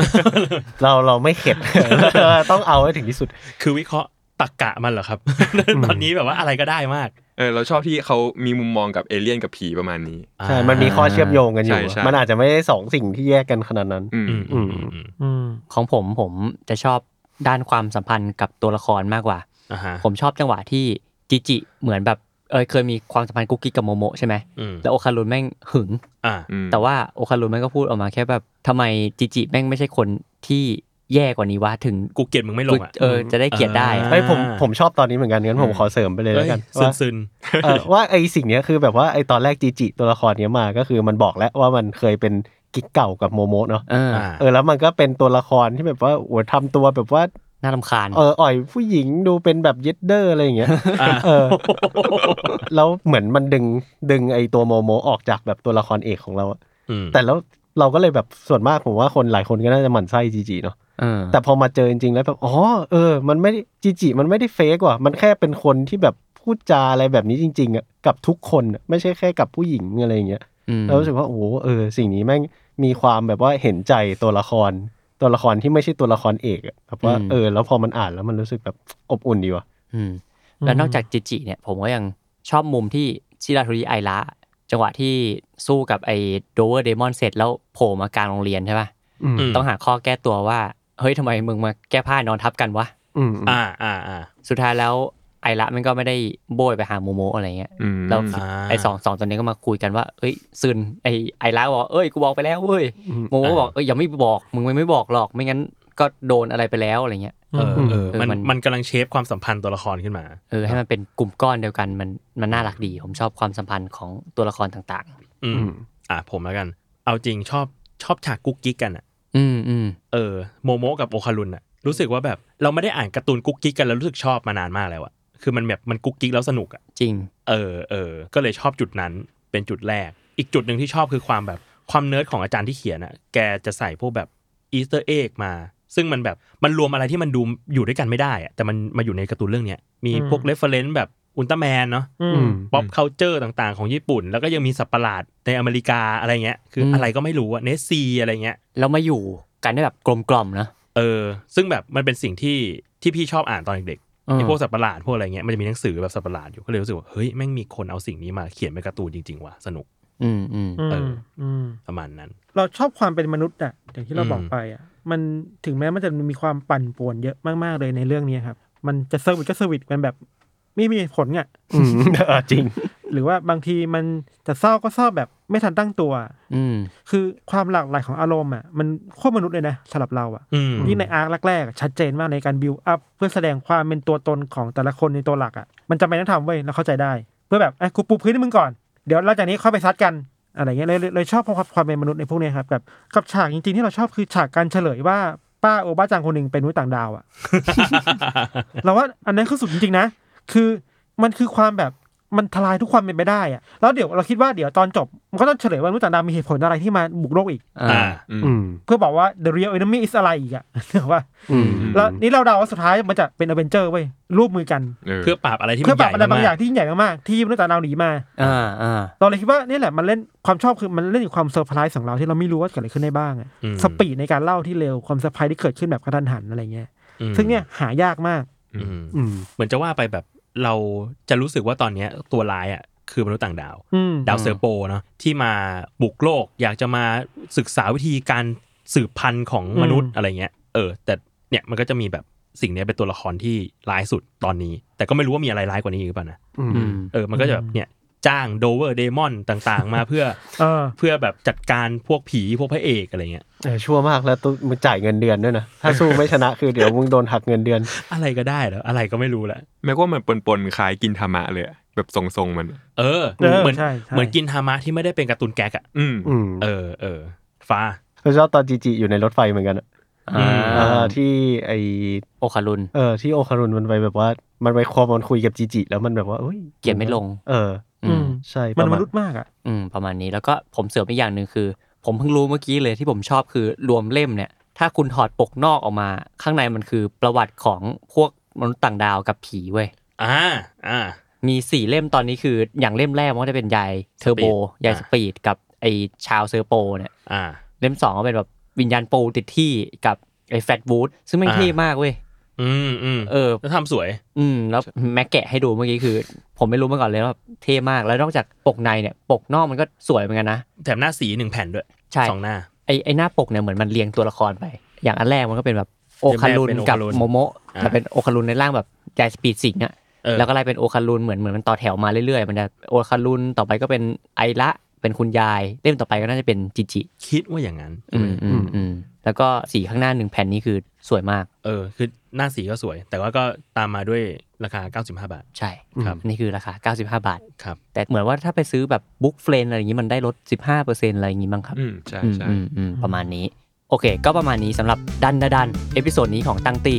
C: เราเราไม่เข็ด ต้องเอาให้ถึงที่สุด
E: คือวิเคราะห์ตรกกะมันเหรอครับ ตอนนี้แบบว่าอะไรก็ได้มาก
F: เออเราชอบที่เขามีมุมมองกับเอเลี่ยนกับผีประมาณนี้
C: ใช่ มันมีข้อเชื่อมโยงกันอยู่
F: ใช่ใช่
C: มันอาจจะไม่ได้สองสิ่งที่แยกกันขนาดนั้น
F: อืม
E: อืมอืมอืมอืม
D: อืม
B: ของผมผมจะชอบด้านความสัมพันธ์กับตัวละครมากกว่า
E: อ่าฮะ
B: ผมชอบจังหวะที่จิจิเหมือนแบบเออเคยมีความสัมพันธ์กุ๊กกิ๊กกับโมโมะใช่ไหม
E: อืม
B: แล้วโอคารุนแม่งหึง
E: อ่า
F: อืม
B: แต่ว่าโอคารุนแม่งก็พูดออกมาแค่แบบทำไมจิจิแม่งไม่ใช่คนที่แย่กว่านี้วะถึง
E: กูเกลียดมึงไม่ลงอ่ะ
B: เออจะได้เกลียดได้
E: อ่า
C: เฮ้ยผมผมชอบตอนนี้เหมือนกันงั้นผมขอเสริมไปเลยแล้วกัน
E: ซึ
C: ว่าน
E: ซึน
C: เอ่อว่าไอสิ่งเนี้ยคือแบบว่าไอตอนแรกจีจิตัวละครเนี้ยมาก็คือมันบอกแล้วว่ามันเคยเป็นกิ๊กเก่ากับโมโมะเนาะ
B: เออ
E: ๆ
B: อ
E: อ่า
C: เออแล้วมันก็เป็นตัวละครที่แบบว่าโอ้ทำตัวแบบว่า
B: น่าลำคาญ
C: เอออ่อยผู้หญิงดูเป็นแบบเยดเดอร์อะไรอย่างเงี้ยเอ อแล้วเหมือนมันดึงดึงไอตัวโมโมออกจากแบบตัวละครเอกของเราอะ
E: ม
C: แต่แล้วเราก็เลยแบบส่วนมากผมว่าคนหลายคนก็น่าจะหมั่นไส้จีจีเนาะ
B: เออ
C: แต่พอมาเจอจริงๆแล้วแบบอ๋อเออ มันไม่ได้จีจีมันไม่ได้เฟกว่ะมันแค่เป็นคนที่แบบพูดจาอะไรแบบนี้จริงๆอะกับทุกคนอะไม่ใช่แค่กับผู้หญิงอะไรอย่างเงี้ย
B: อืม
C: เรารู้สึกว่าโอ้โหเออ สิ่งนี้แม่งมีความแบบว่าเห็นใจตัวละคร ตัวละครที่ไม่ใช่ตัวละครเอกอะแบบว่า
B: อืม
C: เออ แล้วพอมันอ่านแล้วมันรู้สึกแบบอบอุ่นดีว่ะ
B: อืมแล้วนอกจากจิจิเนี่ยผมก็ยังชอบมุมที่ชิราโทริไอระจังหวะที่สู้กับไอ้โดเวอร์เดมอนเสร็จแล้วโผล่มากลางโรงเรียนใช่ป่ะ
E: ม
B: ต้องหาข้อแก้ตัวว่า เฮ้ยทำไมมึงมาแก้ผ้านอนทับกันวะ
C: อืม
E: อ่าอ่าอ่า
B: สุดท้ายแล้วไอระมันก็ไม่ได้โบยไปหาโมโมะอะไรเงี้ย
F: อืม
B: แล้ว
E: อ่า
B: ไอสองสองตัวนี้ก็มาคุยกันว่าเอ้ยซึนไอไอระบอกเอ้ยกูบอกไปแล้วเว้ยโมโมะก็บอกเอ้ยอย่าไม่บอกมึงไม่บอกหรอกไม่งั้นก็โดนอะไรไปแล้วอะไรเงี้ย
E: เออเออ
B: เออ
E: มัน
B: มัน
E: มันกำลังเชฟความสัมพันธ์ตัวละครขึ้นมา
B: เออให้มันเป็นกลุ่มก้อนเดียวกันมันมันน่ารักดี ผมชอบความสัมพันธ์ของตัวละครต่าง
E: อืม อ่าผมแล้วกัน เอาจริงชอบชอบฉากกุ๊กกิ๊กกันอ่ะ
B: ๆ อืมอืม
E: เออโมโมะกับโอคารุนอะรู้สึกว่าแบบเราไม่ได้อ่านการ์ตูนกุ๊กกิ๊กกันแล้วรู้สึกชอบมานานมากแล้วอะคือมันแบบมันกุ๊กกิ๊กแล้วสนุกอะ
B: จริง
E: เออเออก็เลยชอบจุดนั้นเป็นจุดแรก อีกจุดหนึ่งที่ชอบคือความแบบความเนิร์ดของอาจารย์ที่เขียนอะแกจะใส่พวกแบบอีสเตอร์เอ็กมา ซึ่งมันแบบมันรวมอะไรที่มันดูอยู่ด้วยกันไม่ได้อะแต่มันมาอยู่ในการ์ตูนเรื่องเนี้ยมีพวก
D: อืม
E: เรฟเฟรนซ์แบบอุลตร้าแมนเนาะ
D: อื
C: อื
D: ม
C: ม
E: ป๊อปเคาเจอร์ต่างๆ ของญี่ปุ่น แล้วก็ยังมีสัตว์ประหลาดในอเมริกาอะไรเงี้ย คือ
B: ม
E: อะไรก็ไม่รู้อะเนสซีอะไรเงี้ย
B: แล้วมาอยู่กันได้แบบกลมกล่อมๆนะ
E: เออ ซึ่งแบบมันเป็นสิ่งที่ที่พี่ชอบอ่านตอนเด็กๆ
B: เออ
E: ไอ้พวกสัตว์ประหลาดพวกอะไรเงี้ย มันจะมีหนังสือแบบสัตว์ประหลาดอยู่ ก็เลยรู้สึกว่า เฮ้ย แม่งมีคนเอาสิ่งนี้มาเขียนเป็นการ์ตูนจริง ๆ ว่ะ สนุก
B: อืมอืม
D: อื
E: เออ
D: มอืม
E: ประมาณนั้น
D: เราชอบความเป็นมนุษย์อะอย่างที่เรา
E: อืม
D: บอกไปอะมันถึงแม้มันจะมีความปั่นป่วนเยอะมากๆเลยในเรื่องนี้ครับ มันจะเซอร์วิสก็เซอร์วิสมันแบบไม่มีเหตุผลอะ
C: อืม เออจริง
D: หรือว่าบางทีมันจะเศร้าก็เศร้าแบบไม่ทันตั้งตัว
B: อืม
D: คือความหลากหลายของอารมณ์อะมันโคตรมนุษย์เลยนะสำหรับเราอะ
E: อืม
D: ยิ่งในอาร์คแรกๆอะชัดเจนมากในการบิวอัพเพื่อแสดงความเป็นตัวตนของแต่ละคนในตัวหลักอะมันจำเป็นต้องทำเว้ยเราเข้าใจได้ เพื่อแบบไอ้ยกูปูพื้นให้มึงก่อนเดี๋ยวหลังจากนี้ค่อยไปซัดกันอะไรเงี้ยเลยเลยเลยชอบความความเป็นมนุษย์ในพวกเนี้ยครับกับกับฉากจริงๆที่เราชอบคือฉากการเฉลยว่าป้าโอบ้าจังคนหนึ่งเป็นมนุษย์ต่างดาวอะ เราว่าอันนั้นคือสุดจริงๆนะ คือมันคือความแบบมันทลายทุกความเป็นไปได้อะแล้วเดี๋ยวเราคิดว่าเดี๋ยวตอนจบมันก็ต้องเฉลยว่ามนุษย์ต่างดาวมีเหตุผลอะไรที่มาบุกโลกอีก
E: อ่า
C: อืม
D: เพื่อบอกว่า the real enemy is อะไรอีกอะ เว่า
C: อืม
D: แล้วนี่เราเดาว่าสุดท้ายมันจะเป็นอเวนเจอร์เว้ยร่วมมือกัน
E: เพื่อปราบอะไรที่
D: เพื่
E: มั
D: อน ปรับ
E: ใหญ่
D: อะไรบางอย่าม
E: าง ก
D: ที่ยิ่งใหญ่มากๆที่มนุษย์ต่างดาวหนีมา
B: อ่าอ่า
D: เราเลยคิดว่านี่แหละมันเล่นความชอบคือมันเล่นถึงความเซอร์ไพรส์ของเราที่เราไม่รู้ว่าเกิดอะไรขึ้นได้บ้างอะ
E: ๆอืม
D: สปีดในการเล่าที่เร็วความเซอร์ไพรส์ที่เกิดขึ้นแบบกระทันหันอะไรเงี้ย
E: อืม
D: ซึ่งเนี่ยหายากมาก
E: อืม
C: อืม
E: เหมือนจะว่าไปแบบเราจะรู้สึกว่าตอนเนี้ยตัวร้ายอะคือมนุษย์ต่างดาว
D: อืม
E: ดาวเซอร์โปเนาะที่มาบุกโลก อยากจะมาศึกษาวิธีการสืบพันธุ์ของมนุษย์
D: อืม
E: อะไรเงี้ยเออ แต่เนี่ยมันก็จะมีแบบสิ่งเนี้ยเป็นตัวละครที่ร้ายสุดตอนนี้ แต่ก็ไม่รู้ว่ามีอะไรร้ายกว่านี้อีกหรือเปล่านะ
C: อืม
B: อืม
E: เออมันก็จะแบบเนี่ยจ้างโดเวอร์เดมอนต่างๆ มาเพื่อ
D: เออ
E: เพื่อแบบจัดการพวกผีพวกพระเอกอะไรเงี้ย
C: เออชั่วมากแล้วตัวมึงจ่ายเงินเดือนด้วยนะ ถ้าสู้ไม่ชนะคือเดี๋ยวมึงโดนหักเงินเดือน
E: อะไรก็ได้แล้วอะไรก็ไม่รู้แหละ
F: แม้ว่ามันปนๆคล้ายกินธรรมะเลยอะแบบทรงๆมัน
E: เออ
D: เออ
E: เหมือน
D: ใช่ใช่
E: เหมือนกินฮามะที่ไม่ได้เป็นการ์ตูนแก๊กอะ
F: อืม
C: อืม
E: เออเออฟ้า
C: เราชอบตอนจีจีอยู่ในรถไฟเหมือนกันอะ
B: อ่า
C: เออที่ไอ
B: โอคารุน
C: เออที่โอคารุนมันไปแบบว่า มันไปคอมันคุยกับจีจีแล้วมันแบบว่าอ้ย
B: เกลียดไม่ลง
C: เออ
B: อืม
C: ใช่
D: มัน
C: ประ
D: ม
C: มาณ
D: นุษย์มากอะ
B: อืมประมาณนี้แล้วก็ผมเสริมอีกอย่างหนึ่งคือ ผมเพิ่งรู้เมื่อกี้เลยที่ผมชอบคือรวมเล่มเนี่ย ถ้าคุณถอดปกนอกออกมา ข้างในมันคือประวัติของพวกมนุษย์ต่างดาวกับผีเว้ย
E: อ่าอ่า
B: มีสี่เล่มตอนนี้คืออย่างเล่มแรกมันก็จะเป็นยายเทอร์โบ
E: สปีด
B: ยาย
E: อ่า
B: สปีดกับไอชาวเซอร์โปเนี่ย
E: อ่า
B: เล่มสองก็เป็นแบบวิญญาณปูติดที่กับไอแฟตบูธซึ่งแม่ง
E: อ่า
B: เท่มากเว้ย
E: อืมอืม
B: เออ
E: แล้วทำสวย
B: อืมแล้วแม็กแกะให้ดูเมื่อกี้คือ ผมไม่รู้มาก่อนเลยว่าเท่มากแล้วนอกจากปกในเนี่ย ปกนอกมันก็สวยเหมือนกันนะ
E: แถมหน้าสีหนึ่งแผ่นด้วย
B: ใช่
E: สองหน้า
B: ไอไอหน้าปกเนี่ยเหมือนมันเรียงตัวละครไป อย่างอันแรกมันก็เป็นแบบโอคารุน
E: เป็นแบบ
B: กับ
E: โอคารุน
B: โมโมะ
E: อ่า
B: แต่เป็นโอคารุนในร่างแบบยายสปีดสิงห์อะ
E: เออ
B: แล้วก็ไล่เป็นโอคารุนเหมือนเหมือนมันต่อแถวมาเรื่อยๆ มันจะโอคารุนต่อไปก็เป็นไอระเป็นคุณยายเล่มต่อไปก็น่าจะเป็นจิจิ
E: คิดว่าอย่างนั้น
B: อืมอืมอืมแล้วก็สีข้างหน้าหนึ่งแผ่นนี้คือสวยมาก
E: เออ คือหน้าสีก็สวย แต่ว่าก็ตามมาด้วยราคา 95 บาท
B: ใช่
E: ครับ
B: นี่คือราคา 95 บาท
E: ครับ
B: แต่เหมือนว่าถ้าไปซื้อแบบบุ๊กเฟรนอะไรอย่างนี้มันได้ลด 15%อะไรอย่างนี้บ้างครับ
F: อืม ใช่ใช่
B: อืมอืมประมาณนี้ โอเค ก็ประมาณนี้สำหรับดันดาดันเอพิโซดนี้ของตั้งตี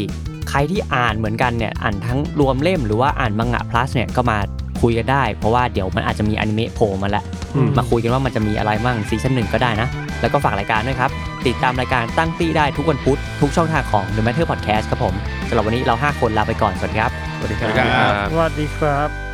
B: ใครที่อ่านเหมือนกันเนี่ย อ่านทั้งรวมเล่มหรือว่าอ่านมังงะ plus เนี่ย ก็มาคุยกันได้ เพราะว่าเดี๋ยวมันอาจจะมีอนิเมะโผล่มาแล้ว
D: อืม
B: มาคุยกันว่ามันจะมีอะไรมั่งซีซั่นหนึ่งก็ได้นะ แล้วก็ฝากรายการด้วยครับ ติดตามรายการตั้งตี้ได้ทุกวันพุธทุกช่องทางของ The Matter Podcast ครับผมสำหรับวันนี้เราห้าคนลาไปก่อนสวัสดีครับ
F: สวัสดีครับ
D: สวัสดีครับ